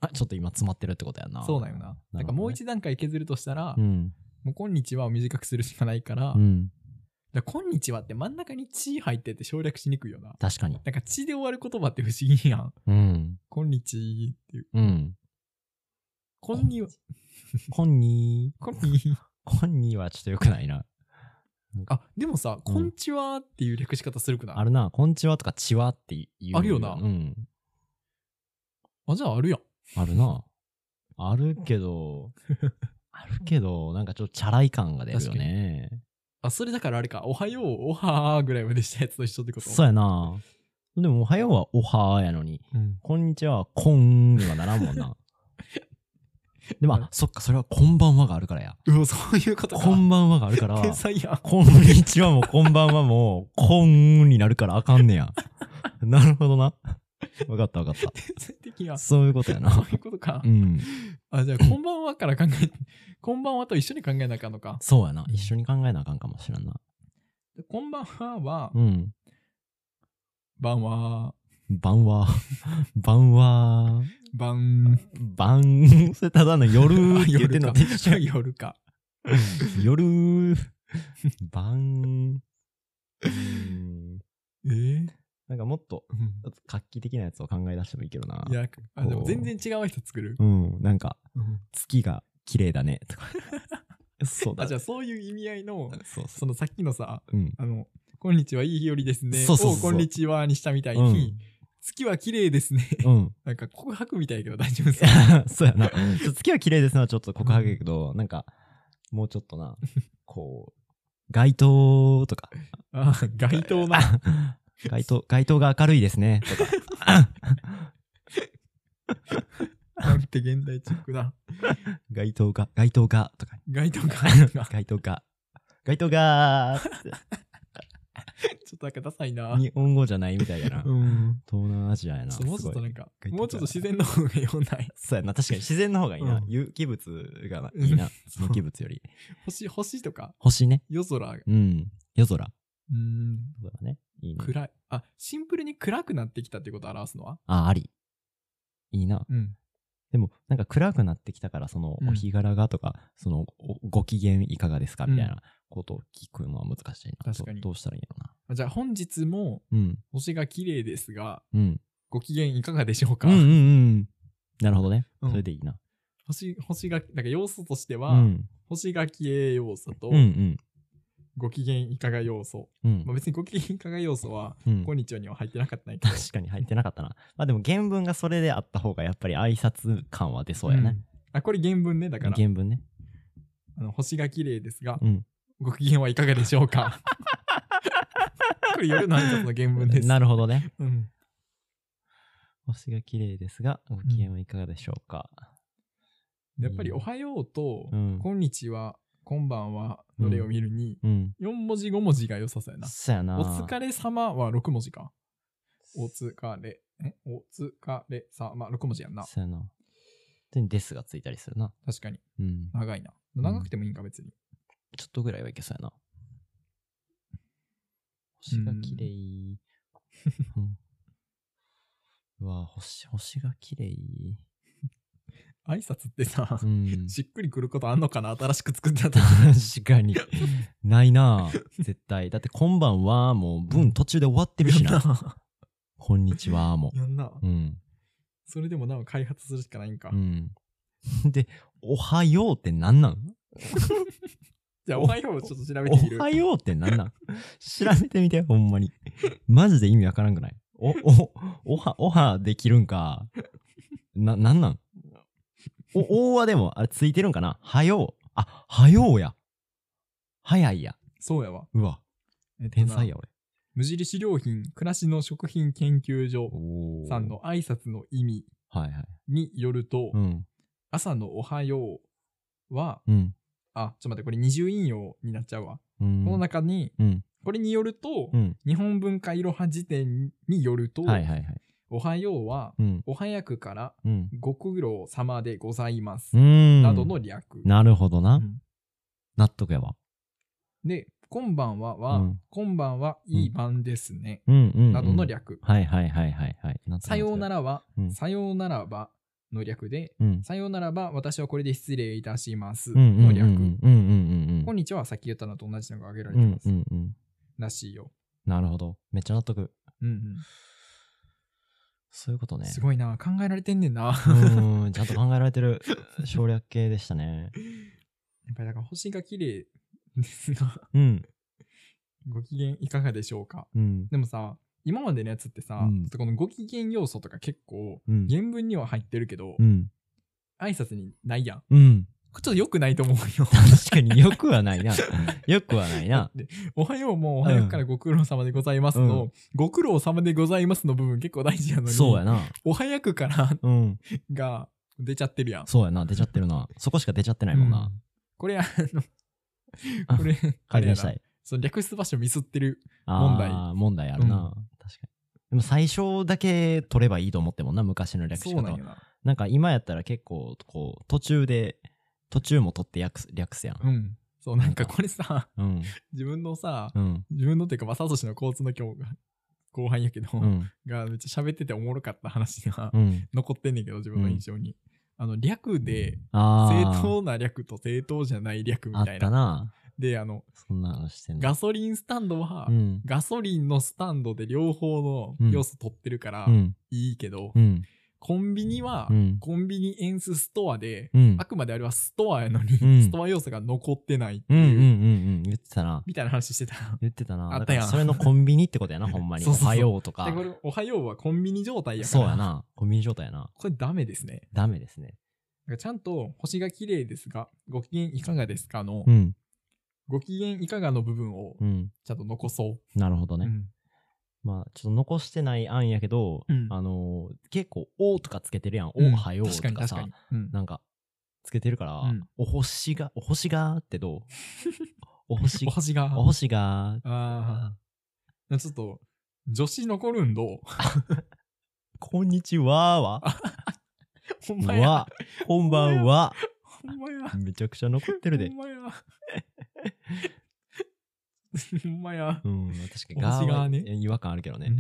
[SPEAKER 2] あちょっと今詰まってるってことやな。
[SPEAKER 1] そうだよな。
[SPEAKER 2] な
[SPEAKER 1] だ
[SPEAKER 2] るほどね
[SPEAKER 1] からもう一段階削るとしたら、
[SPEAKER 2] うん。
[SPEAKER 1] もうこんにちはを短くするしかないから、だ
[SPEAKER 2] う
[SPEAKER 1] か
[SPEAKER 2] ん。
[SPEAKER 1] らこんにちはって真ん中にち入ってて省略しにくいよな。
[SPEAKER 2] 確かに。
[SPEAKER 1] なんかちで終わる言葉って不思議やん。
[SPEAKER 2] うん。
[SPEAKER 1] こんにちっていう。
[SPEAKER 2] うん。
[SPEAKER 1] こんには、
[SPEAKER 2] こんに
[SPEAKER 1] こんに。
[SPEAKER 2] こんにはちょっとよくないな。
[SPEAKER 1] あ、でもさ、こんちはっていう略し方するくない、
[SPEAKER 2] あるな、こんちはとかちはっていう。
[SPEAKER 1] あるよな
[SPEAKER 2] うん。
[SPEAKER 1] あ、じゃああるやん。
[SPEAKER 2] あるな。あるけど、 あるけど、なんかちょっとチャラい感が出るよね。
[SPEAKER 1] あ、それだからあれか、おはよう、おはーぐらいまでしたやつと一緒ってこと
[SPEAKER 2] そうやな。でも、おはようはおはーやのに、
[SPEAKER 1] うん。
[SPEAKER 2] こんにちははこんにはならんも んな。でも、あ、そっか、それはこんばんはがあるからや。
[SPEAKER 1] うわ、そういうことか。
[SPEAKER 2] こんばんはがある から、
[SPEAKER 1] 天才やん。
[SPEAKER 2] こんにちはもこんばんはも、こんになるからあかんねや。なるほどな。わかったわかっ
[SPEAKER 1] 天才的や
[SPEAKER 2] た。
[SPEAKER 1] ん。そ
[SPEAKER 2] そういうことやな
[SPEAKER 1] う。いうことか
[SPEAKER 2] う。ん。
[SPEAKER 1] あ、じゃあ、こんばんはから考え、こんばんはと一緒に考えなあかんのか。
[SPEAKER 2] そうやな。一緒に考えなあかんかもしれんな。
[SPEAKER 1] こんばんはは、
[SPEAKER 2] うん。
[SPEAKER 1] ばんは、
[SPEAKER 2] ばん は。ばんは。
[SPEAKER 1] ばん、
[SPEAKER 2] ばん。それただの 夜って言ってんの
[SPEAKER 1] か
[SPEAKER 2] と一緒。。
[SPEAKER 1] 夜か。
[SPEAKER 2] 夜。ばん。うん
[SPEAKER 1] えー
[SPEAKER 2] なんかもっと画期的なやつを考え出してもいいけどな。
[SPEAKER 1] いや、あ、でも全然違う人作る。
[SPEAKER 2] うん。なんか、月が綺麗だね。と か。そうだ
[SPEAKER 1] あ、じゃあ、そういう意味合いの、
[SPEAKER 2] そうそ
[SPEAKER 1] そのさっきのさ、
[SPEAKER 2] う。うん。
[SPEAKER 1] あの、こんにちは、いい日和ですね。
[SPEAKER 2] そうそうそう
[SPEAKER 1] をこんにちはにしたみたいに、
[SPEAKER 2] うん
[SPEAKER 1] 月は綺麗ですね。
[SPEAKER 2] うん。
[SPEAKER 1] なんか告白みたいやけど大丈夫です
[SPEAKER 2] そうやな。ちょっと月は綺麗ですのはちょっと告白やけど、なんか、もうちょっとな、こう、街灯 とか、
[SPEAKER 1] あ、街灯 な。
[SPEAKER 2] 街灯、街灯が明るいですね、とか。
[SPEAKER 1] なんて現代チックな。
[SPEAKER 2] 街灯が、街灯が、とか。
[SPEAKER 1] 街灯か。ち
[SPEAKER 2] 街灯が、街灯
[SPEAKER 1] ょ
[SPEAKER 2] が、
[SPEAKER 1] っとなんかダサいな。
[SPEAKER 2] 日本語じゃないみたいやな。
[SPEAKER 1] うん。
[SPEAKER 2] 東南アジアやな。
[SPEAKER 1] そうもうちょっ
[SPEAKER 2] す
[SPEAKER 1] と
[SPEAKER 2] ご
[SPEAKER 1] な
[SPEAKER 2] い
[SPEAKER 1] んか
[SPEAKER 2] 街灯が
[SPEAKER 1] もうちょっと自然の方が読んない。
[SPEAKER 2] そうやな、確かに自然の方がいいうなん有機物がないいな。
[SPEAKER 1] そう
[SPEAKER 2] 無機物より。
[SPEAKER 1] 星星とか
[SPEAKER 2] 星ね。
[SPEAKER 1] 夜空がう
[SPEAKER 2] うん。夜空。
[SPEAKER 1] ーん
[SPEAKER 2] そうだね。いいね。
[SPEAKER 1] 暗いあシンプルに暗くなってきたってことを表すのは
[SPEAKER 2] あ、あり。いいな。
[SPEAKER 1] うん
[SPEAKER 2] でも、なんか暗くなってきたから、その、
[SPEAKER 1] うん
[SPEAKER 2] お日柄がとか、そのお、ご機嫌いかがですか
[SPEAKER 1] うん
[SPEAKER 2] みたいなことを聞くのは難しいな。
[SPEAKER 1] 確かに
[SPEAKER 2] どどうしたらいいのか
[SPEAKER 1] あじゃあ本日も
[SPEAKER 2] な。うん。
[SPEAKER 1] 星が綺麗ですが
[SPEAKER 2] うん。
[SPEAKER 1] ご機嫌いかがでしょうか、
[SPEAKER 2] うんうんうん。なるほどね。
[SPEAKER 1] うん
[SPEAKER 2] それでいいな。
[SPEAKER 1] 星星がなんか要素として
[SPEAKER 2] う
[SPEAKER 1] は、
[SPEAKER 2] ん。
[SPEAKER 1] 星が綺麗要素と、
[SPEAKER 2] うんうん。
[SPEAKER 1] ご機嫌いかが要素。
[SPEAKER 2] うん
[SPEAKER 1] まあ、別にご機嫌いかが要素は、
[SPEAKER 2] うん
[SPEAKER 1] こんにちはには入ってなかったんやけど。
[SPEAKER 2] 確かに入ってなかったな。まあでも原文がそれであった方がやっぱり挨拶感は出そうやね。
[SPEAKER 1] んあ、これ原文ね。だから、
[SPEAKER 2] 原文ね。
[SPEAKER 1] あの星が綺麗ですが、
[SPEAKER 2] うん。
[SPEAKER 1] ご機嫌はいかがでしょう かこれ夜の挨拶の原文です。
[SPEAKER 2] なるほどね。
[SPEAKER 1] うん。
[SPEAKER 2] 星が綺麗ですが、ご機嫌はいかがでしょうか。
[SPEAKER 1] やっぱり、おはようと、
[SPEAKER 2] うん
[SPEAKER 1] こんにちは、こんばんは、どれを見るに、
[SPEAKER 2] うん。
[SPEAKER 1] 4文字5文字が良さそうやな。
[SPEAKER 2] そうやな。
[SPEAKER 1] お疲れ様は6文字か。お疲れ、えお疲れ様、6文字やんな。
[SPEAKER 2] そうやな。で、ですがついたりするな。
[SPEAKER 1] 確かに。
[SPEAKER 2] うん。
[SPEAKER 1] 長いな。長くてもいいんか、別に。
[SPEAKER 2] ちょっとぐらいはいけそうやな。星が綺麗。うんうわ星、星が綺麗。
[SPEAKER 1] 挨拶ってさ、
[SPEAKER 2] うん。
[SPEAKER 1] しっくりくることあんのかな新しく作ってた時
[SPEAKER 2] 確かに。ないなぁ絶対。だって、こんばんは、もう、文途中で終わってるしな。こんにちは、も
[SPEAKER 1] やんな。
[SPEAKER 2] う。うん。
[SPEAKER 1] それでもなお開発するしかないんか。
[SPEAKER 2] うん。で、おはようってなんなん
[SPEAKER 1] じゃあ、おはようをちょっと調べてみる。
[SPEAKER 2] おはようってな んなん調べてみて、ほんまに。マジで意味わからんくないお、お、おは、おはできるんか。な、なんなんお、おはでも、あれついてるんかなはよう。あ、はようや。早いや。
[SPEAKER 1] そうやわ。
[SPEAKER 2] うわ、
[SPEAKER 1] えっとな
[SPEAKER 2] 天才や、俺。
[SPEAKER 1] 無印良品暮らしの食品研究所
[SPEAKER 2] おー
[SPEAKER 1] さん。の挨拶の意味
[SPEAKER 2] はいはい。
[SPEAKER 1] によると、
[SPEAKER 2] うん。
[SPEAKER 1] 朝のおはようは、
[SPEAKER 2] うん。
[SPEAKER 1] あ、ちょっと待って、これ二重引用になっちゃうわ。
[SPEAKER 2] うん。
[SPEAKER 1] この中に、
[SPEAKER 2] うん。
[SPEAKER 1] これによると、
[SPEAKER 2] うん。
[SPEAKER 1] 日本文化いろは辞典によると、
[SPEAKER 2] はいはいはい。
[SPEAKER 1] おはようは、
[SPEAKER 2] うん。
[SPEAKER 1] お早くから
[SPEAKER 2] うん。
[SPEAKER 1] ご苦労様でございます
[SPEAKER 2] う。ん。
[SPEAKER 1] などの略。
[SPEAKER 2] なるほどな。
[SPEAKER 1] うん
[SPEAKER 2] 納得やわ。
[SPEAKER 1] で、こんばんはは、
[SPEAKER 2] うん
[SPEAKER 1] こんばんはいい晩ですね。
[SPEAKER 2] うんうん、うん。
[SPEAKER 1] などの。略。
[SPEAKER 2] はいはいはいはいはい。納得
[SPEAKER 1] さような。らは、
[SPEAKER 2] うん
[SPEAKER 1] さようならばの略で、
[SPEAKER 2] うん。
[SPEAKER 1] さようならば私はこれで失礼いたします
[SPEAKER 2] うんうん
[SPEAKER 1] の
[SPEAKER 2] うん
[SPEAKER 1] 略。
[SPEAKER 2] うんうんうんうん
[SPEAKER 1] こんにちははさっき言ったのと同じのが挙げられ
[SPEAKER 2] う
[SPEAKER 1] て
[SPEAKER 2] ん
[SPEAKER 1] ます。
[SPEAKER 2] うんうん
[SPEAKER 1] らしいよ。
[SPEAKER 2] なるほどめっちゃ納得
[SPEAKER 1] うん
[SPEAKER 2] そういうこと
[SPEAKER 1] うん、
[SPEAKER 2] ね
[SPEAKER 1] すごいな。考えられてんねんな。
[SPEAKER 2] うーんちゃんと考えられてる省略系でしたね
[SPEAKER 1] やっぱりだから星が綺麗ですが、
[SPEAKER 2] うん
[SPEAKER 1] ご機嫌いかがでしょうか
[SPEAKER 2] うん
[SPEAKER 1] でもさ、今までのやつってさ、
[SPEAKER 2] うん
[SPEAKER 1] ちょっとこのご機嫌要素とか結構、
[SPEAKER 2] うん
[SPEAKER 1] 原文には入ってるけど、
[SPEAKER 2] うん
[SPEAKER 1] 挨拶にないやん。
[SPEAKER 2] うん
[SPEAKER 1] これちょっと良くないと思うよ。
[SPEAKER 2] 確かによくはないなよくはないな
[SPEAKER 1] でおはようもおはようからご苦労様でございますの、
[SPEAKER 2] う
[SPEAKER 1] ご苦労様でございますの部分結構大事やのに、
[SPEAKER 2] そうやな
[SPEAKER 1] おはやくから
[SPEAKER 2] うん
[SPEAKER 1] が出ちゃってるやん。
[SPEAKER 2] そうやな出ちゃってるなそこしか出ちゃってないもんな
[SPEAKER 1] これ、あの、これ、あ
[SPEAKER 2] 改
[SPEAKER 1] れや
[SPEAKER 2] 善した
[SPEAKER 1] ないその略出場所ミスってる。問題
[SPEAKER 2] ああ問題あるな確かにでも最初だけ取ればいいと思ってもんな昔の略し
[SPEAKER 1] そう
[SPEAKER 2] 方
[SPEAKER 1] な
[SPEAKER 2] は
[SPEAKER 1] んやな。
[SPEAKER 2] なんか今やったら結構こう途中で途中も取って略す略すやん
[SPEAKER 1] うん。そう、なんかこれさ、
[SPEAKER 2] うん
[SPEAKER 1] 自分のさ、
[SPEAKER 2] うん
[SPEAKER 1] 自分のっていうか、まさとしの交通の今日が後半やけど、
[SPEAKER 2] うん
[SPEAKER 1] がめっちゃ喋ってておもろかった話が
[SPEAKER 2] うん
[SPEAKER 1] 残ってんねんけど、自分の印象に。あの、略で、正
[SPEAKER 2] ああ
[SPEAKER 1] 当な略と正当じゃない略み
[SPEAKER 2] あった
[SPEAKER 1] いな。
[SPEAKER 2] たな
[SPEAKER 1] で、あの、
[SPEAKER 2] そんなのしてんの
[SPEAKER 1] ガソリンスタンドは、
[SPEAKER 2] うん
[SPEAKER 1] ガソリンのスタンドで両方
[SPEAKER 2] う
[SPEAKER 1] の
[SPEAKER 2] ん
[SPEAKER 1] 要素取ってるから
[SPEAKER 2] うん
[SPEAKER 1] いいけど、
[SPEAKER 2] うん
[SPEAKER 1] コンビニは、
[SPEAKER 2] うん
[SPEAKER 1] コンビニエンスストアで、
[SPEAKER 2] うん
[SPEAKER 1] あくまであれはストアやのに、
[SPEAKER 2] うん
[SPEAKER 1] ストア要素が残ってないって
[SPEAKER 2] うんうんう
[SPEAKER 1] いう、
[SPEAKER 2] んうん言ってたな
[SPEAKER 1] みたいな話してた。
[SPEAKER 2] 言ってたな
[SPEAKER 1] あ
[SPEAKER 2] だ
[SPEAKER 1] っ
[SPEAKER 2] か
[SPEAKER 1] たやん
[SPEAKER 2] らそれのコンビニってことや なほんまに
[SPEAKER 1] そう
[SPEAKER 2] お
[SPEAKER 1] そうそう
[SPEAKER 2] はようとか
[SPEAKER 1] で、これ、おはようはコンビニ状態やか
[SPEAKER 2] そ
[SPEAKER 1] ら。
[SPEAKER 2] うやなコンビニ状態やな
[SPEAKER 1] これダメですね。
[SPEAKER 2] ダメですね
[SPEAKER 1] だからちゃんと、星が綺麗ですが、ご機嫌いかがですかの、
[SPEAKER 2] うん
[SPEAKER 1] ご機嫌いかがの部分を
[SPEAKER 2] うん
[SPEAKER 1] ちゃんと残そう。
[SPEAKER 2] なるほどね
[SPEAKER 1] うん
[SPEAKER 2] まあ、ちょっと残してない案やけど、
[SPEAKER 1] うん
[SPEAKER 2] あのー結構、おとかつけてるやん。
[SPEAKER 1] うん
[SPEAKER 2] おはよう
[SPEAKER 1] 確か
[SPEAKER 2] と
[SPEAKER 1] に
[SPEAKER 2] か
[SPEAKER 1] 確
[SPEAKER 2] さ、
[SPEAKER 1] かに。うん
[SPEAKER 2] なんか、つけてるから、
[SPEAKER 1] うん
[SPEAKER 2] お星が、お星がって どうお星
[SPEAKER 1] お、星が。
[SPEAKER 2] お星が、
[SPEAKER 1] ああ。ちょっと、女子残るんど。
[SPEAKER 2] こんにちはは、
[SPEAKER 1] ほんまや。
[SPEAKER 2] は、こんばんは。
[SPEAKER 1] ほんまや。
[SPEAKER 2] めちゃくちゃ残ってる で
[SPEAKER 1] ほん。まや。ほんまや。
[SPEAKER 2] うん、確かに、
[SPEAKER 1] お星が
[SPEAKER 2] は
[SPEAKER 1] ね
[SPEAKER 2] 違和感あるけどね。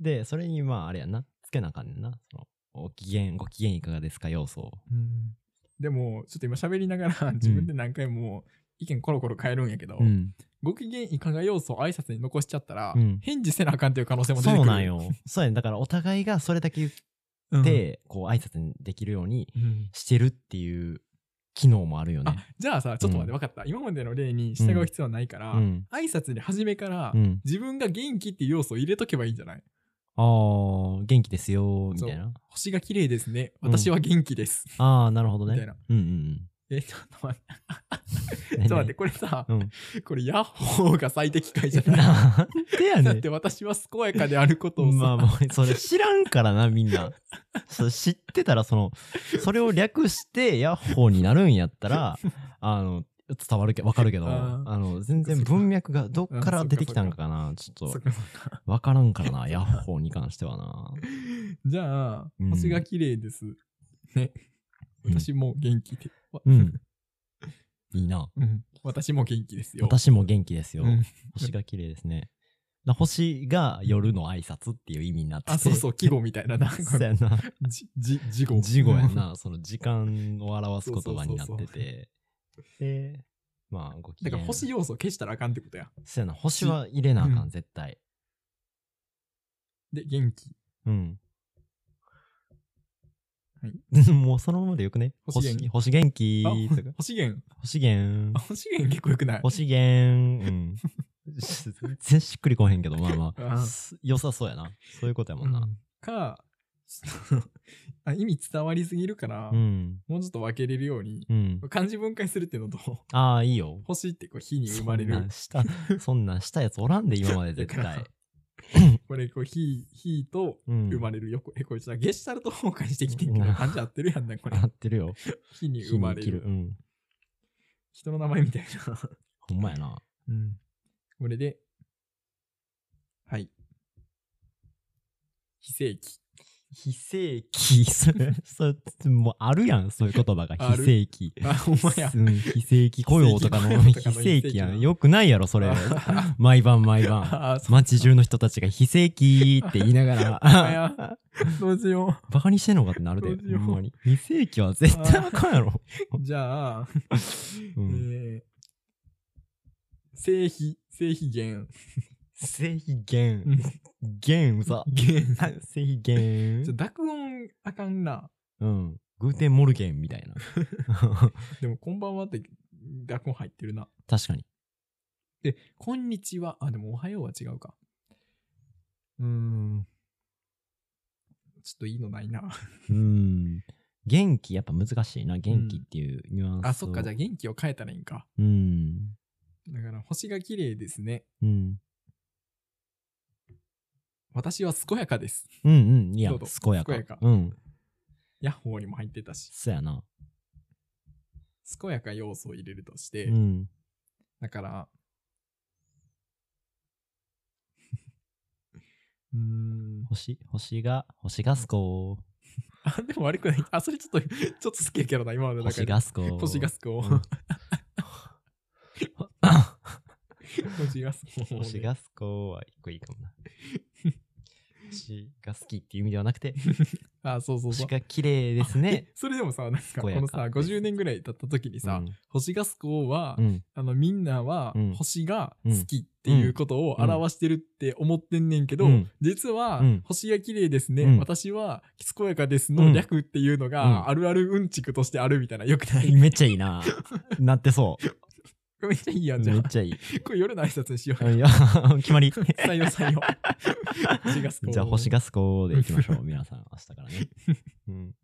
[SPEAKER 2] で、それに、まあ、あれやんな。つけなあかんねんな。そのお機嫌、ご機嫌いかがですか要素を。
[SPEAKER 1] うんでも、ちょっと今喋りながら、自分で何回も意見コロコロ変えるんやけど、
[SPEAKER 2] うん。
[SPEAKER 1] ご機嫌いかが要素を挨拶に残しちゃったら、
[SPEAKER 2] うん
[SPEAKER 1] 返事せなあかんという可能性も出てくる。
[SPEAKER 2] そうなんよ。そうやね。だから、お互いがそれだけ言っ
[SPEAKER 1] うん。
[SPEAKER 2] て、こう、挨拶にできるように、
[SPEAKER 1] うん
[SPEAKER 2] してるっていう機能もあるよ
[SPEAKER 1] あ
[SPEAKER 2] ね。
[SPEAKER 1] じゃあさちょっと待って分かった、今までの例に従う必要はないから、
[SPEAKER 2] うん。
[SPEAKER 1] 挨拶に初めから、
[SPEAKER 2] うん。
[SPEAKER 1] 自分が元気っていう要素を入れとけばいいんじゃない
[SPEAKER 2] ああ、元気ですよ、みたいな。
[SPEAKER 1] 星が綺麗ですね
[SPEAKER 2] うん
[SPEAKER 1] 私は元気です、
[SPEAKER 2] ああ、なるほどね。
[SPEAKER 1] みたいな
[SPEAKER 2] うんうん
[SPEAKER 1] えちょっと待って
[SPEAKER 2] うん。
[SPEAKER 1] ちょっと待って
[SPEAKER 2] て。
[SPEAKER 1] これさ、
[SPEAKER 2] うん。
[SPEAKER 1] これヤッホーが最適解じゃない
[SPEAKER 2] なんでや
[SPEAKER 1] だ
[SPEAKER 2] ね
[SPEAKER 1] っ
[SPEAKER 2] ん
[SPEAKER 1] て。私は健やかであることをさ、
[SPEAKER 2] まあもうそれ知らんからなみん なそう知ってたらそのそれを略してヤッホーになるんやっ たらあの伝わるけわかるけど
[SPEAKER 1] あ
[SPEAKER 2] あ
[SPEAKER 1] ー
[SPEAKER 2] の全然文脈がどっか
[SPEAKER 1] う
[SPEAKER 2] ら
[SPEAKER 1] ん
[SPEAKER 2] 出てきたんかなちょっ
[SPEAKER 1] そ
[SPEAKER 2] と
[SPEAKER 1] っかそっか
[SPEAKER 2] わからんからなヤッホーに関してはな
[SPEAKER 1] じゃあ、
[SPEAKER 2] うん
[SPEAKER 1] 星が綺麗ですね
[SPEAKER 2] うん
[SPEAKER 1] 私も元気で、わ
[SPEAKER 2] うんい いな
[SPEAKER 1] うん私も元気ですよ
[SPEAKER 2] 私も元気ですよ、
[SPEAKER 1] うん
[SPEAKER 2] 星が綺麗ですねだ星が夜の挨拶っていう意味になってて
[SPEAKER 1] あそう そう季語みたいなな
[SPEAKER 2] そうやな
[SPEAKER 1] じじ事後
[SPEAKER 2] 事後やな、その時間を表す言葉になっ
[SPEAKER 1] そ
[SPEAKER 2] て
[SPEAKER 1] うそうそう
[SPEAKER 2] て。で、まあ、ご機
[SPEAKER 1] だ
[SPEAKER 2] 嫌
[SPEAKER 1] から星要素を消したらあかんってことや
[SPEAKER 2] そうやな、星は入れなあか
[SPEAKER 1] うん
[SPEAKER 2] ん、絶対。
[SPEAKER 1] で元気
[SPEAKER 2] うん。
[SPEAKER 1] はい
[SPEAKER 2] もうそのままでよくね
[SPEAKER 1] 星元気
[SPEAKER 2] 星星元気
[SPEAKER 1] あ
[SPEAKER 2] とか。
[SPEAKER 1] 星源
[SPEAKER 2] 星元
[SPEAKER 1] あ、星源結構よくない
[SPEAKER 2] 星元うん。全然しっくりこへんけど、まあま
[SPEAKER 1] あ
[SPEAKER 2] あ、す良さそうやな。そういうことやもんな。
[SPEAKER 1] か あ意味伝わりすぎるから、
[SPEAKER 2] うん。
[SPEAKER 1] もうちょっと分けれるように
[SPEAKER 2] うん。
[SPEAKER 1] 漢字分解するっていうのと
[SPEAKER 2] ああ、いいよ。
[SPEAKER 1] 星ってこう火に生まれる
[SPEAKER 2] そんなんした、そんなんしたやつおらんで、今まで絶
[SPEAKER 1] だから
[SPEAKER 2] 対。
[SPEAKER 1] これこう火火と
[SPEAKER 2] うん
[SPEAKER 1] 生まれるよ、これこれさゲシュタルト崩壊してきてんけど
[SPEAKER 2] うん
[SPEAKER 1] 漢字合ってるやんなこれ
[SPEAKER 2] 合ってるよ。
[SPEAKER 1] 火に 生まれ
[SPEAKER 2] 火に
[SPEAKER 1] る
[SPEAKER 2] 生きうん。
[SPEAKER 1] 人の名前みたい な、
[SPEAKER 2] ほんまやな。
[SPEAKER 1] うん、これではい非正規
[SPEAKER 2] 非正規、それ、それ、もうあるやん、そういう言葉 が。
[SPEAKER 1] ある
[SPEAKER 2] 非正規。
[SPEAKER 1] あほんまや
[SPEAKER 2] うん非正規雇用とかの
[SPEAKER 1] 非正規雇用と
[SPEAKER 2] 非
[SPEAKER 1] かの
[SPEAKER 2] 正規や。
[SPEAKER 1] 非正規なん
[SPEAKER 2] よくないや ろ、そ れ。毎晩毎晩。
[SPEAKER 1] あそ
[SPEAKER 2] 街中の人たちが非正規って言いなが
[SPEAKER 1] まや
[SPEAKER 2] ら、
[SPEAKER 1] どうしよ
[SPEAKER 2] バカにしてんのかってなる
[SPEAKER 1] どうし
[SPEAKER 2] で、
[SPEAKER 1] よう
[SPEAKER 2] ほんまに。非正規は絶対あかんやろ。
[SPEAKER 1] うじゃあ、
[SPEAKER 2] うん
[SPEAKER 1] えー、正非正非源
[SPEAKER 2] 正規
[SPEAKER 1] うん
[SPEAKER 2] 減。減うざ。
[SPEAKER 1] 源
[SPEAKER 2] あ正規
[SPEAKER 1] ちょ
[SPEAKER 2] 減。
[SPEAKER 1] 濁音あかんな
[SPEAKER 2] うん。グーテンモルゲンみたい な。
[SPEAKER 1] でもこんばんはって濁音入ってるな
[SPEAKER 2] 確かに。
[SPEAKER 1] で、こんにちは。あ、でもおはようは違うか。うーん。ちょっといいのないな。
[SPEAKER 2] うん。元気、やっぱ難しいな。元気っていうニュアンスを。
[SPEAKER 1] あ、そっか。じゃあ元気を変えたらいいんか。
[SPEAKER 2] うん。
[SPEAKER 1] だから、星が綺麗ですね。
[SPEAKER 2] うん。
[SPEAKER 1] 私は健やかです。
[SPEAKER 2] うんうん。いや
[SPEAKER 1] どう、ぞ
[SPEAKER 2] 健やか。
[SPEAKER 1] 健やか
[SPEAKER 2] うん。
[SPEAKER 1] ヤッホーにも入ってたし、
[SPEAKER 2] そやな。
[SPEAKER 1] 健やか要素を入れるとして、
[SPEAKER 2] うん。
[SPEAKER 1] だ から、うーん。
[SPEAKER 2] 星、星が、星がすこ
[SPEAKER 1] あ、でも悪くない。あ、それちょっと、ちょっと好きやけどな、今まで
[SPEAKER 2] ー。
[SPEAKER 1] の中
[SPEAKER 2] 星
[SPEAKER 1] で。
[SPEAKER 2] がすこー。
[SPEAKER 1] 星が
[SPEAKER 2] す
[SPEAKER 1] すこ。 星がすこ。
[SPEAKER 2] 星がすこーは一個いいかもな。星が好きっていう意味ではな くて、
[SPEAKER 1] あ、そうそうそ
[SPEAKER 2] 星
[SPEAKER 1] う。
[SPEAKER 2] が綺麗ですね
[SPEAKER 1] え。それでもさなんかこ
[SPEAKER 2] 健やか
[SPEAKER 1] のさ50年ぐらい経った時にさ、星がすこは、
[SPEAKER 2] うん、うん。
[SPEAKER 1] あのみんなは
[SPEAKER 2] うん
[SPEAKER 1] 星が好きっていうことを
[SPEAKER 2] うん
[SPEAKER 1] 表してるって思ってんねんけど、
[SPEAKER 2] うん
[SPEAKER 1] 実は、
[SPEAKER 2] うん
[SPEAKER 1] 星が綺麗ですね、
[SPEAKER 2] うん
[SPEAKER 1] 私は健やかです
[SPEAKER 2] う
[SPEAKER 1] の
[SPEAKER 2] ん
[SPEAKER 1] 略っていうのが、
[SPEAKER 2] うん
[SPEAKER 1] あるあるうんちくとしてあるみたいなよくない、
[SPEAKER 2] めっちゃいいな。なってそう。
[SPEAKER 1] めっちゃいいやんじゃ
[SPEAKER 2] めっ
[SPEAKER 1] あ
[SPEAKER 2] ちゃいい。
[SPEAKER 1] これ夜の挨拶にしよう
[SPEAKER 2] いや 決まり。
[SPEAKER 1] 採用採用星がすこ
[SPEAKER 2] じゃあ、星がすこーでいきま しょう。皆さん、明日からね。うん。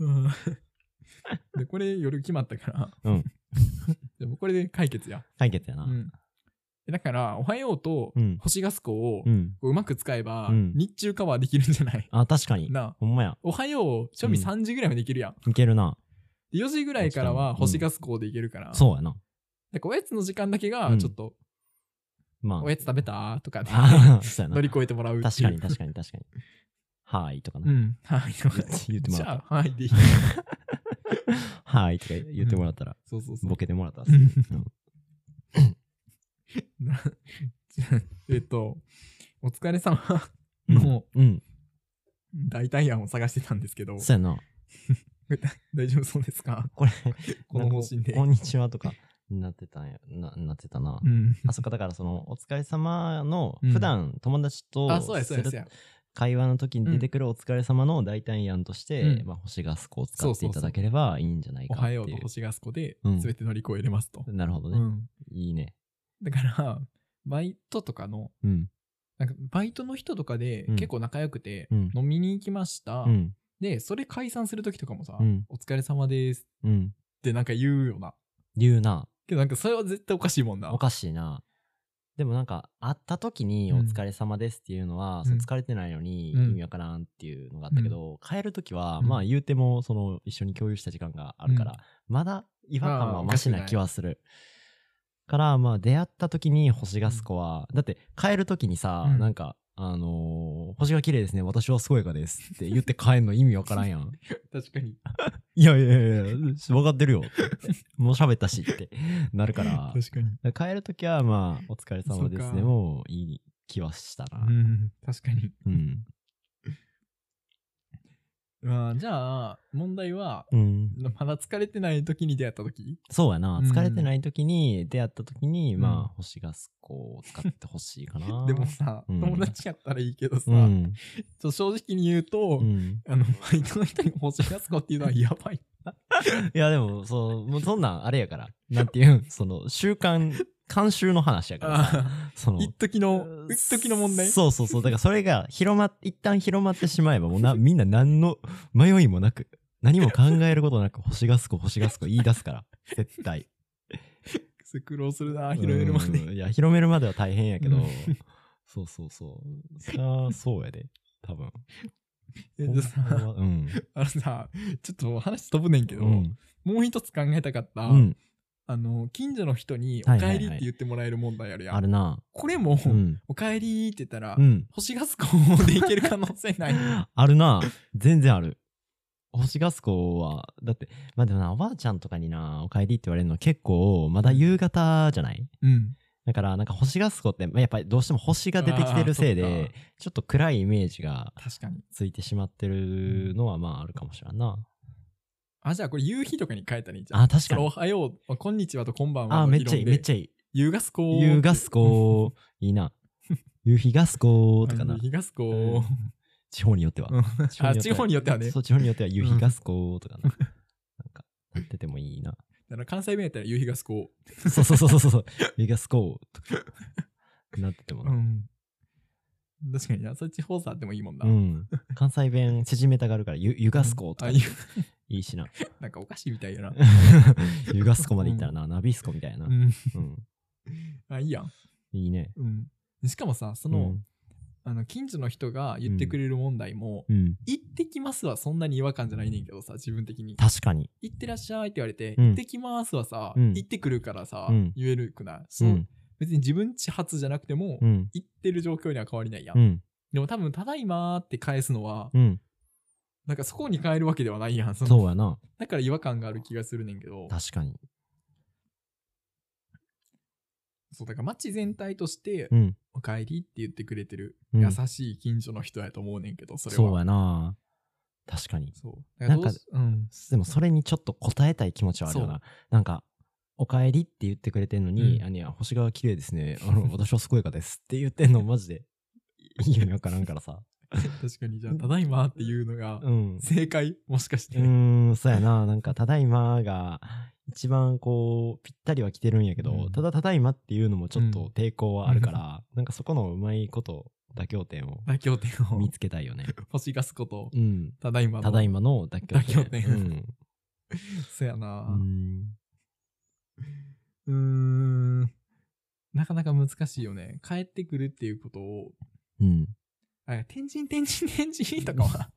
[SPEAKER 1] うん でこれ夜決まったから、
[SPEAKER 2] うん
[SPEAKER 1] でもこれで解決や、
[SPEAKER 2] 解決や
[SPEAKER 1] う
[SPEAKER 2] な。
[SPEAKER 1] ん、だからおはようと、
[SPEAKER 2] うん。
[SPEAKER 1] 星ガスコを
[SPEAKER 2] うん。
[SPEAKER 1] こううまく使えば、
[SPEAKER 2] うん
[SPEAKER 1] 日中カバーできるんじゃない
[SPEAKER 2] あ、確かに。
[SPEAKER 1] なあ
[SPEAKER 2] ほんまや。
[SPEAKER 1] おはよう、賞味
[SPEAKER 2] うん
[SPEAKER 1] 3時ぐらいまでいけるやん。
[SPEAKER 2] いけるな。
[SPEAKER 1] で4時ぐらいから
[SPEAKER 2] 確か
[SPEAKER 1] は
[SPEAKER 2] に
[SPEAKER 1] 星ガスコでいけるから。
[SPEAKER 2] そうやな。
[SPEAKER 1] なんかおやつの時間だけ
[SPEAKER 2] う
[SPEAKER 1] が、
[SPEAKER 2] ん
[SPEAKER 1] ちょっと、
[SPEAKER 2] まあ。
[SPEAKER 1] おやつ食べたとかで、
[SPEAKER 2] あー そう や
[SPEAKER 1] 乗
[SPEAKER 2] な
[SPEAKER 1] り。越えてもらうっていう
[SPEAKER 2] 確かに、確かに、確かに。はーいとか
[SPEAKER 1] う
[SPEAKER 2] な。
[SPEAKER 1] ん。はい。
[SPEAKER 2] 言っても
[SPEAKER 1] じ
[SPEAKER 2] らっ
[SPEAKER 1] ゃあ、はい。でいい。
[SPEAKER 2] た。はーいとか言ってもらったら、
[SPEAKER 1] そうそうそう
[SPEAKER 2] ボ。ケてもらったらす る。
[SPEAKER 1] な えっと、お疲れ様
[SPEAKER 2] うん
[SPEAKER 1] の
[SPEAKER 2] うん。
[SPEAKER 1] 代替案を探してたんですけど、
[SPEAKER 2] そうやな。
[SPEAKER 1] 大丈夫そうですか
[SPEAKER 2] これ、
[SPEAKER 1] この方針で
[SPEAKER 2] なんかこんにちはとか、なってたんや、な、なってたな
[SPEAKER 1] う。ん。
[SPEAKER 2] あそっか、だからその、お疲れ様の、
[SPEAKER 1] うん
[SPEAKER 2] 普段友達と
[SPEAKER 1] あ、そうや、そうや、
[SPEAKER 2] す
[SPEAKER 1] そう
[SPEAKER 2] る
[SPEAKER 1] や。
[SPEAKER 2] 会話の時に出てくるお疲れ様の代替案として、
[SPEAKER 1] うん
[SPEAKER 2] まあ、星ガスコを使
[SPEAKER 1] そう
[SPEAKER 2] っ
[SPEAKER 1] そう
[SPEAKER 2] て
[SPEAKER 1] そう
[SPEAKER 2] いただければいいんじゃない
[SPEAKER 1] お
[SPEAKER 2] かって
[SPEAKER 1] はいよ
[SPEAKER 2] う
[SPEAKER 1] うと星がすこで
[SPEAKER 2] うん
[SPEAKER 1] 全て乗り越えれますと、
[SPEAKER 2] なるほど
[SPEAKER 1] う
[SPEAKER 2] ね、
[SPEAKER 1] ん、
[SPEAKER 2] いいね
[SPEAKER 1] だからバイトとかの
[SPEAKER 2] うん
[SPEAKER 1] なんかバイトの人とかで
[SPEAKER 2] うん
[SPEAKER 1] 結構仲良くて、
[SPEAKER 2] うん
[SPEAKER 1] 飲みに行きました、
[SPEAKER 2] うん
[SPEAKER 1] でそれ解散する時とかもさ、
[SPEAKER 2] うん
[SPEAKER 1] お疲れ様です」っ
[SPEAKER 2] うん
[SPEAKER 1] てなんか言うよな
[SPEAKER 2] 言うな
[SPEAKER 1] けどなんかそれは絶対おかしいもんな
[SPEAKER 2] おかしいなでもなんか会った時に「
[SPEAKER 1] うん
[SPEAKER 2] お疲れ様です」っていうのは、その
[SPEAKER 1] うん
[SPEAKER 2] 疲れてないのに
[SPEAKER 1] うん
[SPEAKER 2] 意味わからんっていうのがあったけど、帰る時は、
[SPEAKER 1] うん
[SPEAKER 2] まあ言うてもその一緒に共有した時間があるから、
[SPEAKER 1] うん
[SPEAKER 2] まだ違和感
[SPEAKER 1] あ
[SPEAKER 2] は
[SPEAKER 1] ー
[SPEAKER 2] マシな気はするからまあ出会った時に星がすこは、だって帰る時にさ、
[SPEAKER 1] うん
[SPEAKER 2] なんかあのー星が綺麗ですね私は健やかです」って言って帰るの意味わからんや ん
[SPEAKER 1] 確かに
[SPEAKER 2] いやいやいや分かってるよって言ってもう喋ったしってな るから
[SPEAKER 1] 確かに
[SPEAKER 2] だから帰るときは、 まあ、お疲れ様です
[SPEAKER 1] そうか
[SPEAKER 2] ね。もういい気はしたな
[SPEAKER 1] う。ん確かに
[SPEAKER 2] うん。
[SPEAKER 1] まあじゃあ問題は
[SPEAKER 2] うん。
[SPEAKER 1] まだ疲れてない時に出会った時
[SPEAKER 2] そうやな。
[SPEAKER 1] うん
[SPEAKER 2] 疲れてないときに、出会ったときに、
[SPEAKER 1] うん
[SPEAKER 2] まあ、星がすこを使ってほしいかな。
[SPEAKER 1] でもさ、
[SPEAKER 2] うん
[SPEAKER 1] 友達やったらいいけどさ、ちょ
[SPEAKER 2] うん。
[SPEAKER 1] っと正直に言うと、
[SPEAKER 2] うん。
[SPEAKER 1] あのバイトの人に星がすこっていうのはやばい
[SPEAKER 2] いや、でも、そう、もうそんなん、あれやから。なんて いうん、その、習慣、慣習の話やからさ。
[SPEAKER 1] あ
[SPEAKER 2] そ の
[SPEAKER 1] あ、一時の一時の問題
[SPEAKER 2] そうそうそう。だからそれが広まっ、一旦広まってしまえば、もうな、みんな何の迷いもなく、何も考えることなく、星がすこ、星がすこ言い出すから。絶対。
[SPEAKER 1] 苦労するな拾えるまで
[SPEAKER 2] うんいや、広めるまでは大変やけ
[SPEAKER 1] う
[SPEAKER 2] ど
[SPEAKER 1] ん、
[SPEAKER 2] そうそうそう。そりゃそうやで、多分。
[SPEAKER 1] えじゃあさ
[SPEAKER 2] ほんまはうん。
[SPEAKER 1] あのさちょっと話飛ぶねんけど、
[SPEAKER 2] うん
[SPEAKER 1] もう一つ考えたかった、
[SPEAKER 2] うん。
[SPEAKER 1] あの近所の人に「お
[SPEAKER 2] はいはいはい
[SPEAKER 1] 帰り」って言ってもらえる問題あるやん、
[SPEAKER 2] あるな。
[SPEAKER 1] これも、
[SPEAKER 2] うん。
[SPEAKER 1] お帰り」って言ったら、
[SPEAKER 2] うん。
[SPEAKER 1] 星がすこでいける可能性ない
[SPEAKER 2] あるな。全然ある。星ガスコは、だって、まあでもな、おばあちゃんとかにな、お帰りって言われるの結構、まだ夕方じゃない
[SPEAKER 1] うん
[SPEAKER 2] だから、なんか星ガスコって、まあやっぱりどうしても星が出てきてるせい
[SPEAKER 1] あーそっ
[SPEAKER 2] で
[SPEAKER 1] か、
[SPEAKER 2] ちょっと暗いイメージが
[SPEAKER 1] 確かに
[SPEAKER 2] ついてしまってるのは、まああるかもしれんな。
[SPEAKER 1] あじゃあこれ夕日とかに変えたらいいんじゃん
[SPEAKER 2] あ、確
[SPEAKER 1] そ
[SPEAKER 2] か
[SPEAKER 1] れお
[SPEAKER 2] に。
[SPEAKER 1] はよう、あこんにちはとこんばんは
[SPEAKER 2] あ、めっちゃいい、め
[SPEAKER 1] ゃ
[SPEAKER 2] っちゃいい。
[SPEAKER 1] 夕がすこ
[SPEAKER 2] 夕ガスコいいな。夕日ガスコとかな。
[SPEAKER 1] 夕がす
[SPEAKER 2] う
[SPEAKER 1] こ
[SPEAKER 2] ん 地方によっては。
[SPEAKER 1] あ地方によってはね
[SPEAKER 2] そう、地方によっては夕日ガスコとかな。なんか、なっててもいいな。
[SPEAKER 1] だから関西弁やったら夕日がすこ
[SPEAKER 2] そうそうそうそうそう。夕日ガスコとか。なっててもな。
[SPEAKER 1] ん確かになそっち方さあってもいいもんな、
[SPEAKER 2] うん。関西弁縮めたがるから、ゆ湯ガスコとか
[SPEAKER 1] あ
[SPEAKER 2] い
[SPEAKER 1] ゆ
[SPEAKER 2] いしな。
[SPEAKER 1] なんかお菓子みたいやな
[SPEAKER 2] 湯ガスコまで行ったらな、ナビスコみたいな。
[SPEAKER 1] うん
[SPEAKER 2] うん。
[SPEAKER 1] あいいやん、
[SPEAKER 2] いいね。
[SPEAKER 1] うん、しかもさその、あの近所の人が言ってくれる問題も、
[SPEAKER 2] うん。うん。
[SPEAKER 1] 行ってきますはそんなに違和感じゃないねんけどさ自分的に
[SPEAKER 2] 確かに。
[SPEAKER 1] 行ってらっしゃいって言われて、
[SPEAKER 2] うん
[SPEAKER 1] 行ってきますはさ、
[SPEAKER 2] うん
[SPEAKER 1] 行ってくるからさ、
[SPEAKER 2] うん
[SPEAKER 1] 言えるくない、
[SPEAKER 2] う。
[SPEAKER 1] そうん別に自分地発じゃなくても、
[SPEAKER 2] うん。
[SPEAKER 1] 行ってる状況には変わりないやん、
[SPEAKER 2] うん。
[SPEAKER 1] でも多分「ただいま」って返すのは、
[SPEAKER 2] うん。
[SPEAKER 1] なんかそこに変えるわけではないやんその
[SPEAKER 2] そうやな。
[SPEAKER 1] だから違和感がある気がするねんけど
[SPEAKER 2] 確かに。
[SPEAKER 1] そうだから街全体として
[SPEAKER 2] うん。
[SPEAKER 1] 「おかえり」って言ってくれてる、
[SPEAKER 2] うん
[SPEAKER 1] 優しい近所の人やと思うねんけどそれは
[SPEAKER 2] そうやな確かに
[SPEAKER 1] そうだからどうしうん
[SPEAKER 2] でもそれにちょっと応えたい気持ちはあるよ
[SPEAKER 1] そう
[SPEAKER 2] ななんか「おかえり」って言ってくれてんのに
[SPEAKER 1] う
[SPEAKER 2] 「
[SPEAKER 1] ん
[SPEAKER 2] あいや星が綺麗ですねあの私は健やかです」って言ってんのマジで意味わからんからさ
[SPEAKER 1] 確かにじゃあ「ただいま」って いうのが
[SPEAKER 2] うんう
[SPEAKER 1] 正解もしかして、
[SPEAKER 2] ーんそうやななんか「ただいま」が一番こうぴったりは来てるんやけど、
[SPEAKER 1] うん
[SPEAKER 2] ただ「ただいま」っていうのもちょっ
[SPEAKER 1] うん
[SPEAKER 2] と抵抗はあるから、なんかそこのうまいこと妥協点を
[SPEAKER 1] 妥協点を
[SPEAKER 2] 見つけたいよね
[SPEAKER 1] 星がすこと
[SPEAKER 2] うん
[SPEAKER 1] ただいまの
[SPEAKER 2] ただいまの妥協点
[SPEAKER 1] 妥協点
[SPEAKER 2] うん
[SPEAKER 1] そやな
[SPEAKER 2] う、ん
[SPEAKER 1] うーんなかなか難しいよね帰ってくるっていうことを
[SPEAKER 2] うん
[SPEAKER 1] あ天神天神天神とかは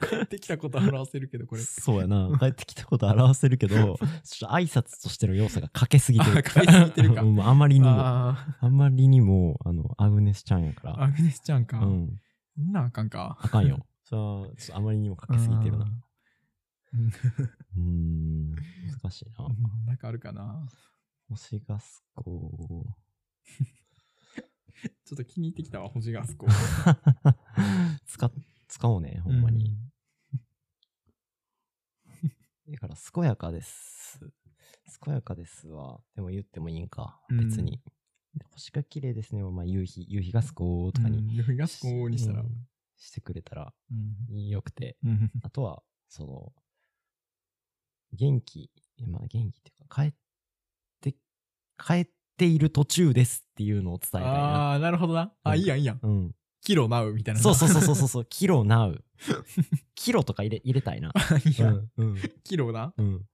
[SPEAKER 1] 帰ってきたことを表せるけどこれ
[SPEAKER 2] そうやな帰ってきたこと表せる けどちょっと挨拶としての要素が欠けすぎて
[SPEAKER 1] あ
[SPEAKER 2] る
[SPEAKER 1] 欠けすぎてるか
[SPEAKER 2] うんあまりにもあ
[SPEAKER 1] あ
[SPEAKER 2] まりにもあのアグネスちゃんやか
[SPEAKER 1] ー
[SPEAKER 2] ら
[SPEAKER 1] アグネスちゃんか、
[SPEAKER 2] うん
[SPEAKER 1] ん、なんあかんか
[SPEAKER 2] あかんよ それはちょっとあまりにも欠けすぎてるな
[SPEAKER 1] うん
[SPEAKER 2] うーん難しいな
[SPEAKER 1] なんかあるかな
[SPEAKER 2] 星がすこ
[SPEAKER 1] ちょっと気に入ってきたわ星があそこ
[SPEAKER 2] 使っ使おうねほんまに、 だから「健やかです」「健やかですは」でも言ってもいいんか
[SPEAKER 1] うん
[SPEAKER 2] 別に、で星が綺麗ですね。まあ、夕日、夕日がすこーとかに。
[SPEAKER 1] うん、ガスコーにしたら
[SPEAKER 2] う。んしてくれたら、
[SPEAKER 1] うん
[SPEAKER 2] 良くて。
[SPEAKER 1] うん
[SPEAKER 2] あとは、その、元気、まあ元気っていうか、帰って、帰っている途中ですっていうのを伝えたいな。
[SPEAKER 1] ああ、なるほどな。あ、
[SPEAKER 2] うん
[SPEAKER 1] いいやんいいやん。
[SPEAKER 2] うん。
[SPEAKER 1] キロナウみたいな。
[SPEAKER 2] そうそうそうそう そう、キロナウ。キロとか入れ入れたいな。
[SPEAKER 1] う。 いうや、
[SPEAKER 2] ん。うん。
[SPEAKER 1] キロな。
[SPEAKER 2] うん。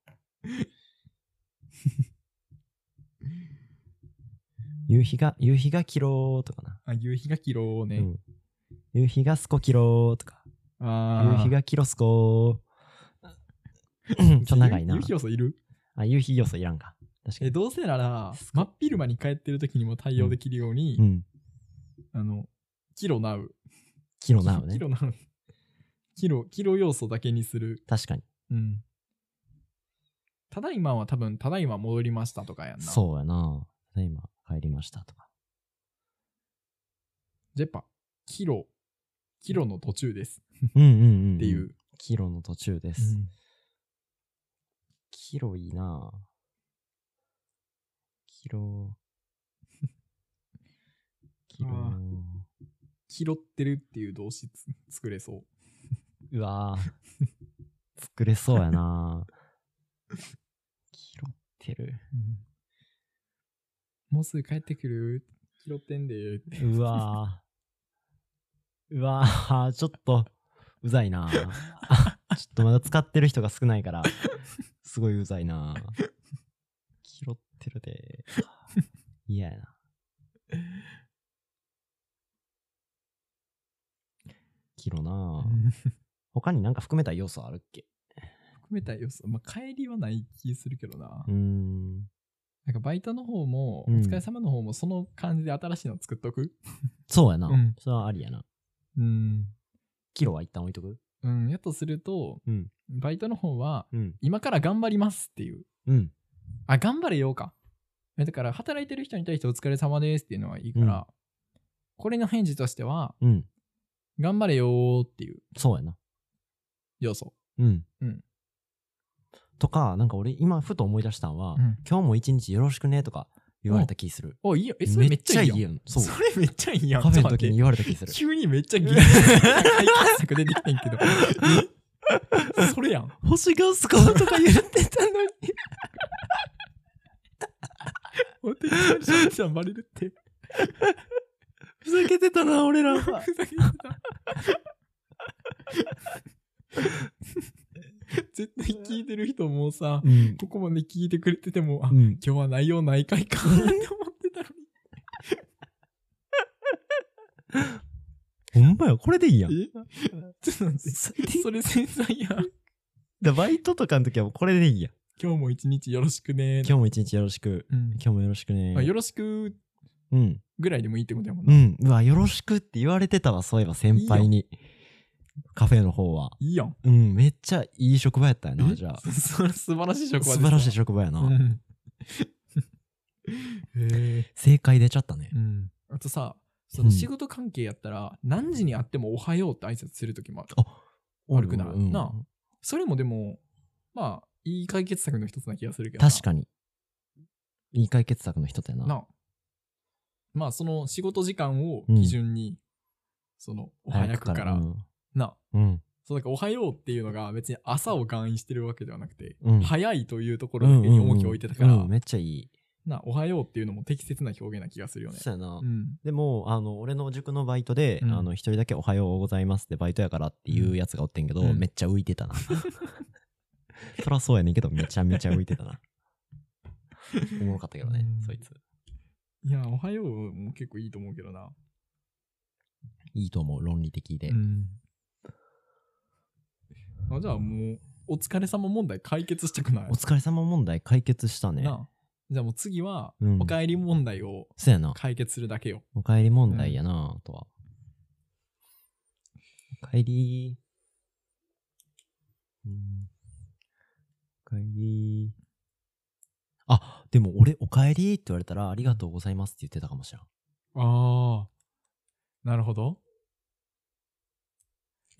[SPEAKER 2] 夕日が、夕日がキローとかな。
[SPEAKER 1] あ、夕日がキロね。
[SPEAKER 2] うん夕日がスコキローとか。
[SPEAKER 1] ああ。
[SPEAKER 2] 夕日がキロス コー。うんちょ、長いな
[SPEAKER 1] 夕。日要素いる
[SPEAKER 2] あ、夕日要素いらんか。確か
[SPEAKER 1] え、
[SPEAKER 2] に。
[SPEAKER 1] どうせなら、真っ昼間に帰ってる時にも対応できるように、
[SPEAKER 2] うん。
[SPEAKER 1] あの、キロナウ。
[SPEAKER 2] キロなのね
[SPEAKER 1] キ。ロナウ。キロ、キロ要素だけにする。
[SPEAKER 2] 確かに。
[SPEAKER 1] うん。ただいまは多分、ただいま戻りましたとかやんな。う。
[SPEAKER 2] そうやな。ただ今、帰りました とか。
[SPEAKER 1] じゃあやっぱ、キロ、キロの途中です。
[SPEAKER 2] うんうんうんん。
[SPEAKER 1] っていう。。
[SPEAKER 2] キロの途中です。キロいいな。キロ。 キロ。
[SPEAKER 1] あキロってるっていう動詞つ作れそう。
[SPEAKER 2] うわぁ。 作れそうやな。キロってる。
[SPEAKER 1] もうすぐ帰ってくる拾ってんでーって。
[SPEAKER 2] うわぁ。うわぁ、ちょっと、うざい なぁ。ちょっとまだ使ってる人が少ないから、すごいうざいなぁ。キロってるで。嫌やな。キロなぁ。他になんか含めた要素あるっけ
[SPEAKER 1] 含めた要素、まあ、帰りはない気するけどな。
[SPEAKER 2] うーん。
[SPEAKER 1] なんかバイトの方も、
[SPEAKER 2] うん
[SPEAKER 1] お疲れ様の方もその感じで新しいの作っとく。
[SPEAKER 2] そうやな。
[SPEAKER 1] うん
[SPEAKER 2] それはありやな。
[SPEAKER 1] うん。
[SPEAKER 2] キロは一旦置いとく
[SPEAKER 1] うん、やとすると、
[SPEAKER 2] うん
[SPEAKER 1] バイトの方は、
[SPEAKER 2] うん。
[SPEAKER 1] 今から頑張りますっていう。
[SPEAKER 2] うん。
[SPEAKER 1] あ、頑張れようか。だから、働いてる人に対してお疲れ様ですっていうのはいいから、
[SPEAKER 2] うん
[SPEAKER 1] これの返事としては、
[SPEAKER 2] うん。
[SPEAKER 1] 頑張れよーっていう
[SPEAKER 2] そうやな。
[SPEAKER 1] 要素。
[SPEAKER 2] うん。
[SPEAKER 1] うん
[SPEAKER 2] とか、なんか俺今ふと思い出したんは、
[SPEAKER 1] うん
[SPEAKER 2] 今日も一日よろしくねとか言われた気する。
[SPEAKER 1] お、いいよ。え、それめっちゃいいやん。
[SPEAKER 2] やん。そう。
[SPEAKER 1] それめっちゃいいやん。
[SPEAKER 2] カフェの時に
[SPEAKER 1] ちょっ
[SPEAKER 2] 言われた気す
[SPEAKER 1] と待っ
[SPEAKER 2] る
[SPEAKER 1] て。急にめっちゃギリギ リ解決策出てきてんけど。 それやん。
[SPEAKER 2] 星がスコーとか言ってたのに。
[SPEAKER 1] 本当に最初にちゃんバレるって。
[SPEAKER 2] ふざけてた な、俺ら。
[SPEAKER 1] ふざけてた。絶対聞いてる人もさ、
[SPEAKER 2] うん。
[SPEAKER 1] ここまで聞いてくれてても、あ、
[SPEAKER 2] うん。
[SPEAKER 1] 今日は内容ないかいかって思ってたの
[SPEAKER 2] ほんまや、これでいいやん。
[SPEAKER 1] に。えちょっと待っ
[SPEAKER 2] 最
[SPEAKER 1] て。
[SPEAKER 2] 低
[SPEAKER 1] それ繊細やん。
[SPEAKER 2] だ バイトとかの時はもうこれでいいやん。
[SPEAKER 1] 今日も一日よろしくね。
[SPEAKER 2] 今日も一日よろしく。
[SPEAKER 1] うん
[SPEAKER 2] 今日もよろしくね
[SPEAKER 1] あ。よろしく
[SPEAKER 2] うん。
[SPEAKER 1] ぐらいでもいいってことやもん
[SPEAKER 2] う
[SPEAKER 1] な。
[SPEAKER 2] ん。うわ、よろしくって言われてたわ、そういえば先輩に。カフェの方は。
[SPEAKER 1] いいやん。
[SPEAKER 2] うん、めっちゃいい職場やったよな、じゃあ。
[SPEAKER 1] そ素晴らしい職場です
[SPEAKER 2] 素晴らしい職場やな。
[SPEAKER 1] うんへえ。
[SPEAKER 2] 正解出ちゃったね。
[SPEAKER 1] うん。あとさ、そうの
[SPEAKER 2] ん
[SPEAKER 1] 仕事関係やったら、何時に会ってもおはようって挨拶するときもある。悪くない
[SPEAKER 2] うん
[SPEAKER 1] なそれもでも、まあ、いい解決策の一つな気がするけどな。
[SPEAKER 2] 確かに。いい解決策の人だよな。
[SPEAKER 1] なあ。まあ、その仕事時間を基準に、その、お早くから、
[SPEAKER 2] うん
[SPEAKER 1] なあ。
[SPEAKER 2] うん。
[SPEAKER 1] そう、だからおはようっていうのが別に朝を含意してるわけではなくて、
[SPEAKER 2] うん
[SPEAKER 1] 早いというとこ
[SPEAKER 2] う
[SPEAKER 1] ろ
[SPEAKER 2] ん
[SPEAKER 1] に重きを置いてたから、
[SPEAKER 2] うんめっちゃいい。
[SPEAKER 1] なあ、おはようっていうのも適切な表現な気がするよね。
[SPEAKER 2] そうやな
[SPEAKER 1] う。ん。
[SPEAKER 2] でも、あの、俺の塾のバイトで、
[SPEAKER 1] うん
[SPEAKER 2] あの、一人だけおはようございますってバイトやからっていうやつがおってんけど、
[SPEAKER 1] うん
[SPEAKER 2] めっちゃ浮いてたな。 そらそうやねんけど、めちゃめちゃ浮いて たな。おもろかったけどね
[SPEAKER 1] うん、
[SPEAKER 2] そいつ。
[SPEAKER 1] いや、おはようも結構いいと思うけどな。
[SPEAKER 2] いいと思う、論理的で。
[SPEAKER 1] ん。あじゃあもう、お疲れ様問題解決したくない
[SPEAKER 2] お疲れ様問題解決したね。
[SPEAKER 1] なあじゃあもう次は、
[SPEAKER 2] うん
[SPEAKER 1] おかえり問題を
[SPEAKER 2] そうやな。
[SPEAKER 1] 解決するだけよ。
[SPEAKER 2] おかえり問題やなとは。おかえりうん。おかえりあ、でも俺、おかえりって言われたら、ありがとうございますって言ってたかもしれん。
[SPEAKER 1] ああ。なるほど。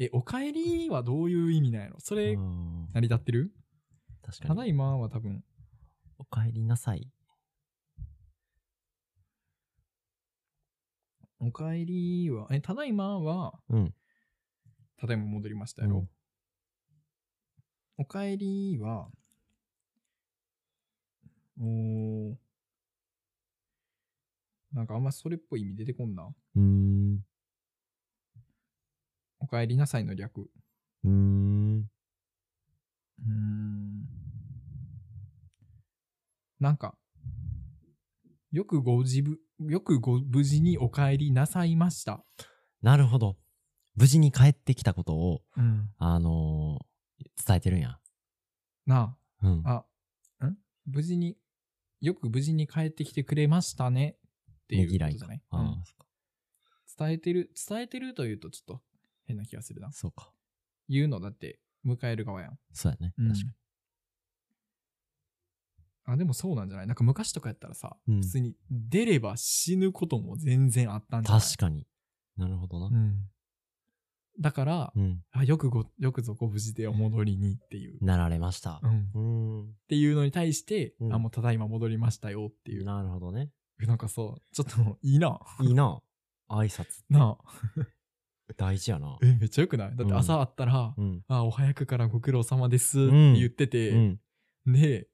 [SPEAKER 1] え、おかえりはどういう意味なんやろそれ、
[SPEAKER 2] うん
[SPEAKER 1] 成り立ってる
[SPEAKER 2] 確か
[SPEAKER 1] た
[SPEAKER 2] に。
[SPEAKER 1] だいまは多分、
[SPEAKER 2] おかえりなさい。
[SPEAKER 1] おかえりは、え、ただいまは、
[SPEAKER 2] うん。
[SPEAKER 1] ただいま戻りましたよ。おかえりは、おーなんかあんまそれっぽい意味出てこんな。
[SPEAKER 2] うん。
[SPEAKER 1] おかえりなさいの略。
[SPEAKER 2] うーん。
[SPEAKER 1] うーん。なんか、よくご自分、よくご無事にお帰りなさいました。
[SPEAKER 2] なるほど。無事に帰ってきたことを、
[SPEAKER 1] うん。
[SPEAKER 2] あのー伝えてるんや。
[SPEAKER 1] な
[SPEAKER 2] うん。
[SPEAKER 1] あ、あ、ん無事に、よく無事に帰ってきてくれましたねっていうことじゃない、
[SPEAKER 2] ああ、
[SPEAKER 1] うん
[SPEAKER 2] そっか
[SPEAKER 1] 伝えてる、伝えてるというとちょっと変な気がするな。
[SPEAKER 2] そうか。
[SPEAKER 1] 言うのだって迎える側やん。
[SPEAKER 2] そうやね。
[SPEAKER 1] うん
[SPEAKER 2] 確か
[SPEAKER 1] あ、でもそうなんじゃないなんか昔とかやったらさ、
[SPEAKER 2] うん
[SPEAKER 1] 普通に出れば死ぬことも全然あったん
[SPEAKER 2] に。
[SPEAKER 1] じゃない
[SPEAKER 2] 確かに。なるほど
[SPEAKER 1] う
[SPEAKER 2] な。
[SPEAKER 1] ん。だから、
[SPEAKER 2] うん。
[SPEAKER 1] あよくご、よくぞご無事でお戻りにっていう。
[SPEAKER 2] なられました
[SPEAKER 1] う。ん。っ
[SPEAKER 2] うん。
[SPEAKER 1] ていうのに対して、
[SPEAKER 2] うん
[SPEAKER 1] あ、もうただいま戻りましたよっていう。
[SPEAKER 2] なるほどね。
[SPEAKER 1] なんかそう、ちょっともういいな。
[SPEAKER 2] いいな。挨拶
[SPEAKER 1] なあ。
[SPEAKER 2] 大事やな。
[SPEAKER 1] え、めっちゃよくないだって朝あったら、
[SPEAKER 2] うん。
[SPEAKER 1] あ、お早くからご苦労様ですって
[SPEAKER 2] うん
[SPEAKER 1] 言ってて、
[SPEAKER 2] うん。
[SPEAKER 1] で、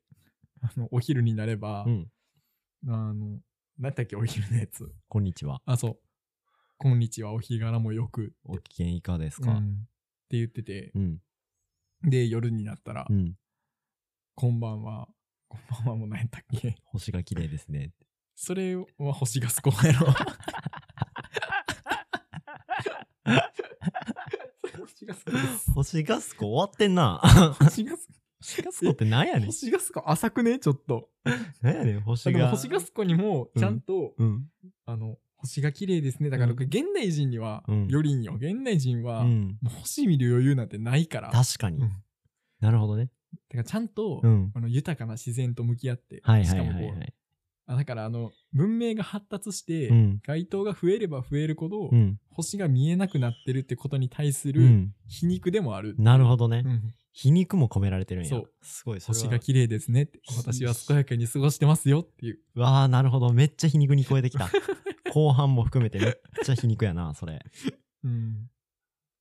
[SPEAKER 1] あの、お昼になれば、
[SPEAKER 2] うん。
[SPEAKER 1] あの、何だっけ、お昼のやつ。
[SPEAKER 2] こんにちは。
[SPEAKER 1] あ、そう。今日はお日柄もよく、
[SPEAKER 2] お機嫌いかがです
[SPEAKER 1] う
[SPEAKER 2] か
[SPEAKER 1] んって言ってて、
[SPEAKER 2] うん。
[SPEAKER 1] で、夜になったら、
[SPEAKER 2] うん。
[SPEAKER 1] こんばんは、こんばんはもう何やったっけ。
[SPEAKER 2] 星が綺麗ですね。
[SPEAKER 1] それは星がすこやろ。星がすこです。
[SPEAKER 2] 星ガスコ終わってん な。
[SPEAKER 1] 星がすこ。
[SPEAKER 2] 星ガスコって何やねん。
[SPEAKER 1] 星がすこ浅くねちょっと。
[SPEAKER 2] 何やねん、星
[SPEAKER 1] だから
[SPEAKER 2] が。
[SPEAKER 1] 星がすこにもちゃんと、
[SPEAKER 2] うん。
[SPEAKER 1] あの、星が綺麗ですね。だから、
[SPEAKER 2] うん
[SPEAKER 1] 現代人には、
[SPEAKER 2] うん
[SPEAKER 1] よりんよ。現代人
[SPEAKER 2] う
[SPEAKER 1] は、
[SPEAKER 2] ん。
[SPEAKER 1] もう星見る余裕なんてないから。
[SPEAKER 2] 確かに
[SPEAKER 1] うん。
[SPEAKER 2] なるほどね。
[SPEAKER 1] だからちゃんと、
[SPEAKER 2] うん。
[SPEAKER 1] この豊かな自然と向き合って、
[SPEAKER 2] はい
[SPEAKER 1] し
[SPEAKER 2] は
[SPEAKER 1] か
[SPEAKER 2] い
[SPEAKER 1] も
[SPEAKER 2] は
[SPEAKER 1] こ
[SPEAKER 2] いうはい。
[SPEAKER 1] あだからあの文明が発達して、
[SPEAKER 2] うん。
[SPEAKER 1] 街灯が増えれば増えるほど、
[SPEAKER 2] うん。
[SPEAKER 1] 星が見えなくなってるってことに対す
[SPEAKER 2] う
[SPEAKER 1] る
[SPEAKER 2] ん。
[SPEAKER 1] 皮肉でもある、
[SPEAKER 2] なるほどね
[SPEAKER 1] う。ん
[SPEAKER 2] 皮肉も込められてるんや。
[SPEAKER 1] そう。
[SPEAKER 2] すごい、それは
[SPEAKER 1] 星が綺麗ですねって
[SPEAKER 2] ひ
[SPEAKER 1] 私は健やかに過ごしてますよっていう
[SPEAKER 2] わあ、なるほど。めっちゃ皮肉に聞こえてき た。後半も含めてめっちゃ皮肉やな、それ。
[SPEAKER 1] うん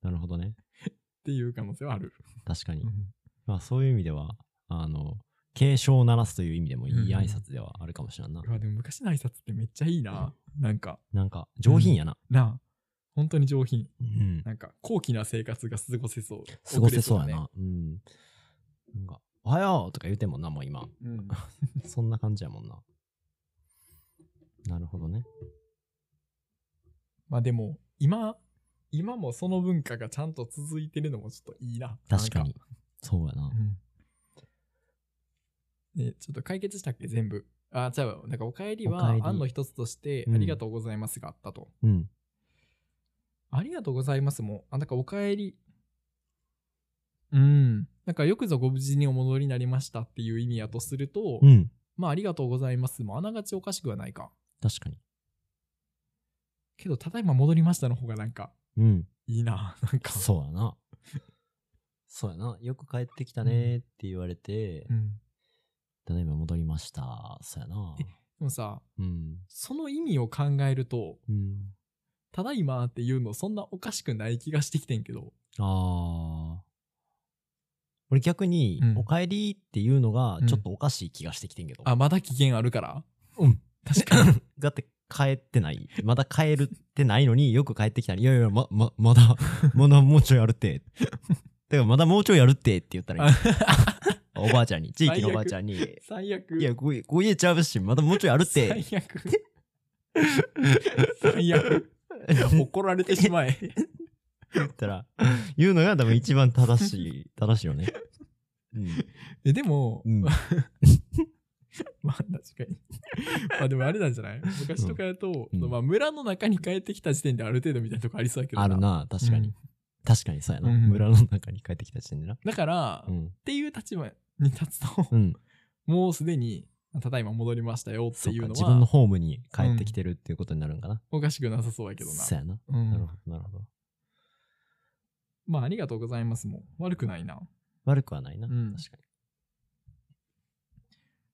[SPEAKER 2] なるほどね。
[SPEAKER 1] っていう可能性はある、
[SPEAKER 2] 確かに
[SPEAKER 1] う。ん
[SPEAKER 2] まあ、そういう意味では、あの、警鐘を鳴らすという意味でもいい挨拶ではあるかもしれんな。
[SPEAKER 1] うわでも昔の挨拶ってめっちゃいいな、なんか
[SPEAKER 2] なんか、上品やな。
[SPEAKER 1] なあ本当に上品
[SPEAKER 2] うん。
[SPEAKER 1] なんか高貴な生活が過ごせそう
[SPEAKER 2] 過ごせそうや
[SPEAKER 1] 遅れだね
[SPEAKER 2] な。うん。なんか、おはようとか言うてんもんな、もう今。
[SPEAKER 1] うん
[SPEAKER 2] そんな感じやもんな。なるほどね。
[SPEAKER 1] まあでも今今もその文化がちゃんと続いてるのもちょっといいな
[SPEAKER 2] 確か
[SPEAKER 1] なん
[SPEAKER 2] に。そうやな。
[SPEAKER 1] ね、ちょっと解決したっけ全部。あ、違うわ。なんかお帰り
[SPEAKER 2] お
[SPEAKER 1] は
[SPEAKER 2] 帰り
[SPEAKER 1] 案の一つとして、
[SPEAKER 2] うん
[SPEAKER 1] ありがとうございますがあったと。
[SPEAKER 2] うん。
[SPEAKER 1] ありがとうございますも、あ、なんかお帰り。うん。なんかよくぞご無事にお戻りになりましたっていう意味やとすると、
[SPEAKER 2] うん。
[SPEAKER 1] まあありがとうございますも、あながちおかしくはないか。
[SPEAKER 2] 確かに。
[SPEAKER 1] けど、ただいま戻りましたの方がなんか
[SPEAKER 2] うん。
[SPEAKER 1] いいな。なんか。
[SPEAKER 2] そうやな。 そうやな。よく帰ってきたねって言われて、
[SPEAKER 1] うん。
[SPEAKER 2] ただいま戻りました。そうやな。
[SPEAKER 1] えでもさ、
[SPEAKER 2] うん。
[SPEAKER 1] その意味を考えると、
[SPEAKER 2] うん。
[SPEAKER 1] ただいまっていうのそんなおかしくない気がしてきてんけど。
[SPEAKER 2] あー。俺逆に
[SPEAKER 1] う、ん
[SPEAKER 2] お帰りっていうのが
[SPEAKER 1] うん
[SPEAKER 2] ちょっとおかしい気がしてきてんけど。
[SPEAKER 1] あ、まだ危険あるから
[SPEAKER 2] うん。
[SPEAKER 1] 確かに。
[SPEAKER 2] だって帰ってない。まだ帰るってないのによく帰ってきたら、いやいや、ま、ま、まだ、まだもうちょいやるって。てか、まだもうちょいやるってって言ったらいい。 おばあちゃんに、地域のおばあちゃんに。い
[SPEAKER 1] 最悪。
[SPEAKER 2] や、ご、ご家ちゃうし、まだもうちょいやるって。
[SPEAKER 1] 最悪。 最悪。怒られてしま え。
[SPEAKER 2] 言ったら、言うのが多分一番正しい、 正しいよね。うん。
[SPEAKER 1] え、でも、
[SPEAKER 2] うん
[SPEAKER 1] まあ確かに。まあでもあれなんじゃない昔とかやと、
[SPEAKER 2] うん
[SPEAKER 1] まあ村の中に帰ってきた時点である程度みたいなとこありそうやけど
[SPEAKER 2] あるな、確かに。
[SPEAKER 1] うん
[SPEAKER 2] 確かにそうやな。
[SPEAKER 1] うんうん
[SPEAKER 2] 村の中に帰ってきた時点でな。
[SPEAKER 1] だから、
[SPEAKER 2] う
[SPEAKER 1] っ
[SPEAKER 2] ん。
[SPEAKER 1] ていう立場に立つと、
[SPEAKER 2] うん。
[SPEAKER 1] もうすでに、ただいま戻りましたよって
[SPEAKER 2] そう
[SPEAKER 1] いう
[SPEAKER 2] か、
[SPEAKER 1] の
[SPEAKER 2] 自分の
[SPEAKER 1] は、
[SPEAKER 2] ホームに帰ってきてるっていうことになるんかな。
[SPEAKER 1] おかしくなさそうやけどな。
[SPEAKER 2] そうやな。
[SPEAKER 1] うん
[SPEAKER 2] なるほど、なるほど。
[SPEAKER 1] まあ、ありがとうございますも悪くないな。
[SPEAKER 2] 悪くはないな。
[SPEAKER 1] うん
[SPEAKER 2] 確か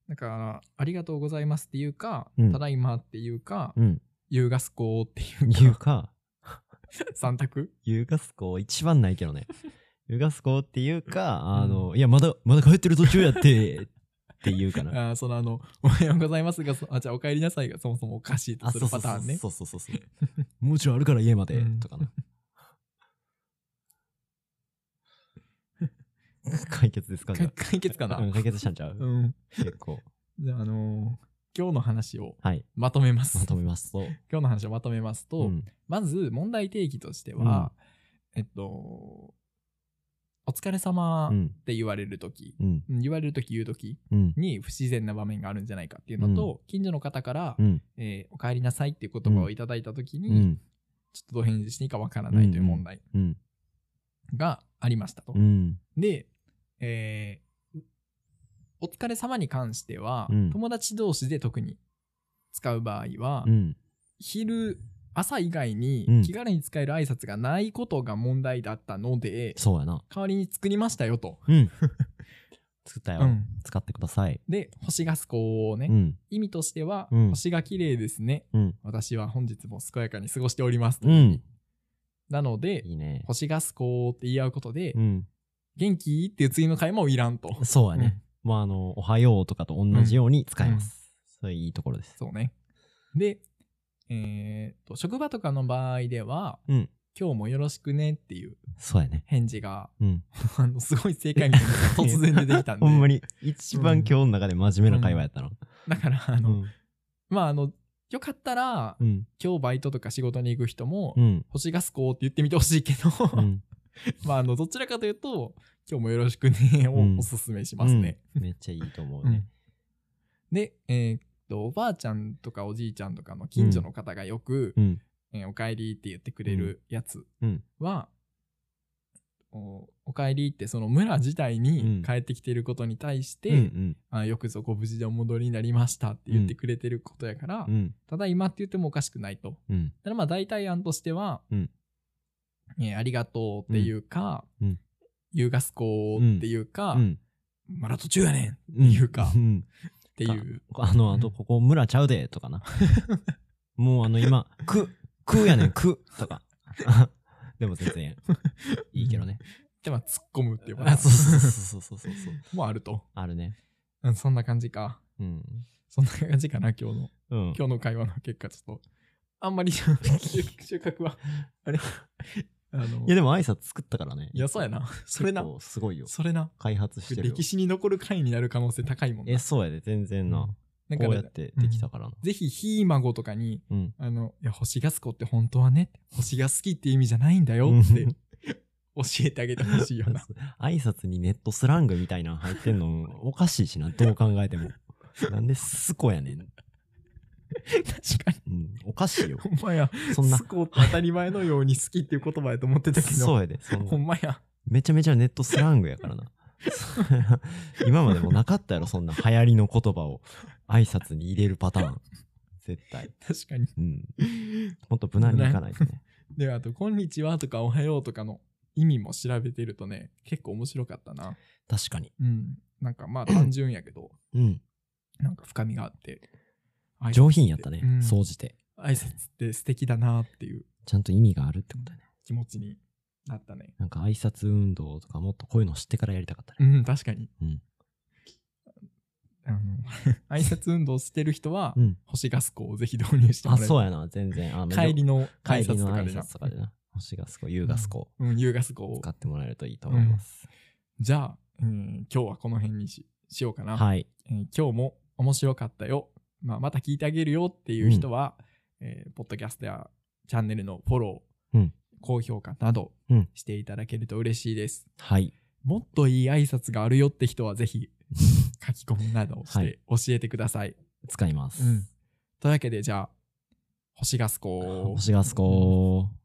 [SPEAKER 1] だから、ありがとうございますっていうか、
[SPEAKER 2] うん
[SPEAKER 1] ただいまっていうか、
[SPEAKER 2] に。うん。
[SPEAKER 1] 優雅スコーっていう
[SPEAKER 2] 言う
[SPEAKER 1] か、
[SPEAKER 2] か、
[SPEAKER 1] 三択
[SPEAKER 2] ユーガスコ一番ないけどね。 ユーガスコっていうか、あの、いや、まだ、まだ帰ってる途中やって、って言うかな。
[SPEAKER 1] あーそのあの、おはようございますが、そあ、じゃあお帰りなさいがそもそもおかしいと
[SPEAKER 2] あ、
[SPEAKER 1] す
[SPEAKER 2] そ
[SPEAKER 1] る
[SPEAKER 2] うそ
[SPEAKER 1] パ
[SPEAKER 2] うそ
[SPEAKER 1] ターンね。
[SPEAKER 2] うそうそうそう。 もうちょいあるから家まで
[SPEAKER 1] うん、
[SPEAKER 2] とかな。 解決ですかじゃ
[SPEAKER 1] か
[SPEAKER 2] あ
[SPEAKER 1] 解決かな
[SPEAKER 2] うん、解決したんちゃ
[SPEAKER 1] う。
[SPEAKER 2] うん結構。
[SPEAKER 1] じゃあ、あのー今日の話を
[SPEAKER 2] はい。
[SPEAKER 1] まとめます。
[SPEAKER 2] まとめますと。
[SPEAKER 1] 今日の話をまとめますと、
[SPEAKER 2] うん
[SPEAKER 1] まず問題提起としては、えっと、お疲れ様
[SPEAKER 2] う
[SPEAKER 1] っ
[SPEAKER 2] ん。
[SPEAKER 1] て言われるとき、
[SPEAKER 2] うん。
[SPEAKER 1] うん言われるとき言うとき
[SPEAKER 2] うん。
[SPEAKER 1] に不自然な場面があるんじゃないかっていうのと、近所の方から、
[SPEAKER 2] うん。
[SPEAKER 1] えーお帰りなさいっていう言葉をいただいたときに、
[SPEAKER 2] うん。
[SPEAKER 1] ちょっとどう返事していいかわからないという問題
[SPEAKER 2] うん。
[SPEAKER 1] がありましたと。
[SPEAKER 2] うん。
[SPEAKER 1] で、えーお疲れ様に関しては、
[SPEAKER 2] うん
[SPEAKER 1] 友達同士で特に使う場合は、
[SPEAKER 2] うん。
[SPEAKER 1] 昼朝以外に
[SPEAKER 2] うん
[SPEAKER 1] 気軽に使える挨拶がないことが問題だったので、
[SPEAKER 2] そうやな。
[SPEAKER 1] 代わりに作りましたよと。
[SPEAKER 2] うん。作った
[SPEAKER 1] う
[SPEAKER 2] よ
[SPEAKER 1] ん。
[SPEAKER 2] 使ってください。
[SPEAKER 1] で星が健康をね、
[SPEAKER 2] うん。
[SPEAKER 1] 意味としては、
[SPEAKER 2] うん
[SPEAKER 1] 星が綺麗ですね
[SPEAKER 2] うん。
[SPEAKER 1] 私は本日も健やかに過ごしておりますと、
[SPEAKER 2] うん。
[SPEAKER 1] なので
[SPEAKER 2] いいね。
[SPEAKER 1] 星が健康って言い合うことで、
[SPEAKER 2] うん。
[SPEAKER 1] 元気っていう次の回もいらんと、
[SPEAKER 2] そうや
[SPEAKER 1] う
[SPEAKER 2] ね
[SPEAKER 1] ん。
[SPEAKER 2] まあ、あの、おはようとかと同じように使います。そういういいところです。
[SPEAKER 1] そうねでえー、と職場とかの場合では、
[SPEAKER 2] うん
[SPEAKER 1] 今日もよろしくねっていう
[SPEAKER 2] そうやね。
[SPEAKER 1] 返事が
[SPEAKER 2] うん。
[SPEAKER 1] あのすごい正解みたいなのが 突然出てきたんで
[SPEAKER 2] ほんまに、一番今日の中で真面目な会話やったの。
[SPEAKER 1] だからあ
[SPEAKER 2] う
[SPEAKER 1] の、
[SPEAKER 2] ん。
[SPEAKER 1] まああのよかったら、
[SPEAKER 2] うん。
[SPEAKER 1] 今日バイトとか仕事に行く人も、
[SPEAKER 2] うん。
[SPEAKER 1] 星がすこうって言ってみてほしいけど、
[SPEAKER 2] うん。
[SPEAKER 1] まああのどちらかというと今日もよろしくね
[SPEAKER 2] う
[SPEAKER 1] を
[SPEAKER 2] ん
[SPEAKER 1] おすすめしますね。
[SPEAKER 2] うん。めっちゃいいと思うね。
[SPEAKER 1] で、えーっとおばあちゃんとかおじいちゃんとかの近所の方がよく「
[SPEAKER 2] うん。
[SPEAKER 1] えーおかえり」って言ってくれるやつ
[SPEAKER 2] うん
[SPEAKER 1] は「おおかえり」ってその村自体
[SPEAKER 2] うん
[SPEAKER 1] に帰ってきていることに対して「
[SPEAKER 2] うん。
[SPEAKER 1] あよくぞご無事でお戻りになりました」って言ってくれてることやから「
[SPEAKER 2] うん。
[SPEAKER 1] ただ今」って言ってもおかしくないと。
[SPEAKER 2] うん。
[SPEAKER 1] ただまあ代替案としては、
[SPEAKER 2] うん
[SPEAKER 1] えーありがとうっていうか、
[SPEAKER 2] うん
[SPEAKER 1] 優雅すこうっていうか、
[SPEAKER 2] うん。
[SPEAKER 1] まだ途中やねんっ
[SPEAKER 2] うん。
[SPEAKER 1] いうか
[SPEAKER 2] うん。
[SPEAKER 1] ていう。
[SPEAKER 2] あの、あと、ここ村ちゃうで、と かな。もうあの、今、く、く やねん、く、とか。 でも全然、いいけどね。
[SPEAKER 1] で、まあ突っ込むっていうパタ
[SPEAKER 2] あ、そ
[SPEAKER 1] ー
[SPEAKER 2] うそうそうそうそうそう。
[SPEAKER 1] ンもあると。
[SPEAKER 2] あるね。
[SPEAKER 1] うん、そんな感じか。
[SPEAKER 2] うん。
[SPEAKER 1] そんな感じかな、今日の。
[SPEAKER 2] うん。
[SPEAKER 1] 今日の会話の結果、ちょっと。あ んまり収穫は。あれあの
[SPEAKER 2] いや、でも挨拶作ったからね。
[SPEAKER 1] いや、そうやな。それな。。
[SPEAKER 2] すごいよ。
[SPEAKER 1] それな。
[SPEAKER 2] 開発してるよ
[SPEAKER 1] 歴。史に残る回になる可能性高いもん
[SPEAKER 2] え、
[SPEAKER 1] な。
[SPEAKER 2] そうやで、全然な。
[SPEAKER 1] なん
[SPEAKER 2] こ
[SPEAKER 1] か
[SPEAKER 2] う
[SPEAKER 1] ね、
[SPEAKER 2] やってできたからな。
[SPEAKER 1] ぜひ、ひ孫とかに、
[SPEAKER 2] うん。
[SPEAKER 1] あの、いや、星がすこって本当はね、星が好きって意味じゃないんだよって
[SPEAKER 2] うん
[SPEAKER 1] 教えてあげてほしいよな。
[SPEAKER 2] 挨拶にネットスラングみたいなの入ってんのおかしいしな、どう考えても。なんで、すこやねん。
[SPEAKER 1] 確かに。
[SPEAKER 2] うん。おかしいよ。
[SPEAKER 1] ほんまや、
[SPEAKER 2] そんな
[SPEAKER 1] す。こって当たり前のように好きっていう言葉やと思ってたけ
[SPEAKER 2] そ
[SPEAKER 1] ど、
[SPEAKER 2] うやで。そんな
[SPEAKER 1] ほんまや。
[SPEAKER 2] めちゃめちゃネットスラングやからな。 今までもなかったやろ、そんな流行りの言葉を挨拶に入れるパターン。絶対。
[SPEAKER 1] 確かに。
[SPEAKER 2] うん。もっと無難にいかないとね。
[SPEAKER 1] で、あと、こんにちはとかおはようとかの意味も調べてるとね、結構面白かったな。
[SPEAKER 2] 確かに。
[SPEAKER 1] うん。なんか まあ単純やけど、
[SPEAKER 2] うん。
[SPEAKER 1] なんか深みがあって。挨拶て
[SPEAKER 2] 上品やったね
[SPEAKER 1] うん、
[SPEAKER 2] 総じて。
[SPEAKER 1] 挨拶って素敵だなっていう
[SPEAKER 2] ちゃんと意味があるってことやね。
[SPEAKER 1] 気持ちになったね。
[SPEAKER 2] なんか挨拶運動とかもっとこういうの知ってからやりたかった
[SPEAKER 1] う
[SPEAKER 2] ね。
[SPEAKER 1] ん、確かに。
[SPEAKER 2] うん
[SPEAKER 1] あの 挨拶運動してる人は、
[SPEAKER 2] うん。
[SPEAKER 1] 星ガスコをぜひ導入しても
[SPEAKER 2] あ、
[SPEAKER 1] らえ
[SPEAKER 2] そうやな、全然。あ
[SPEAKER 1] 帰り
[SPEAKER 2] の
[SPEAKER 1] の挨
[SPEAKER 2] 帰り
[SPEAKER 1] 拶と
[SPEAKER 2] の
[SPEAKER 1] か
[SPEAKER 2] 挨
[SPEAKER 1] でな
[SPEAKER 2] 拶とかでな。星がすこ、優がすこ
[SPEAKER 1] うん、優ガスコを
[SPEAKER 2] 使ってもらえるといいと思います。
[SPEAKER 1] じゃあ、うん、今日はこの辺にししようかな、
[SPEAKER 2] はい。
[SPEAKER 1] えー今日も面白かったよ、まあ、また聞いてあげるよっていう人は、えーポッドキャストやチャンネルのフォロー、
[SPEAKER 2] うん
[SPEAKER 1] 高評価など
[SPEAKER 2] うん
[SPEAKER 1] していただけると嬉しいです。
[SPEAKER 2] はい。
[SPEAKER 1] もっといい挨拶があるよって人はぜ ひ書き込みなどをし
[SPEAKER 2] は
[SPEAKER 1] て
[SPEAKER 2] い
[SPEAKER 1] 教えてください。
[SPEAKER 2] 使います。
[SPEAKER 1] うんというわけでじゃあ星ガスコ
[SPEAKER 2] 星がすこー。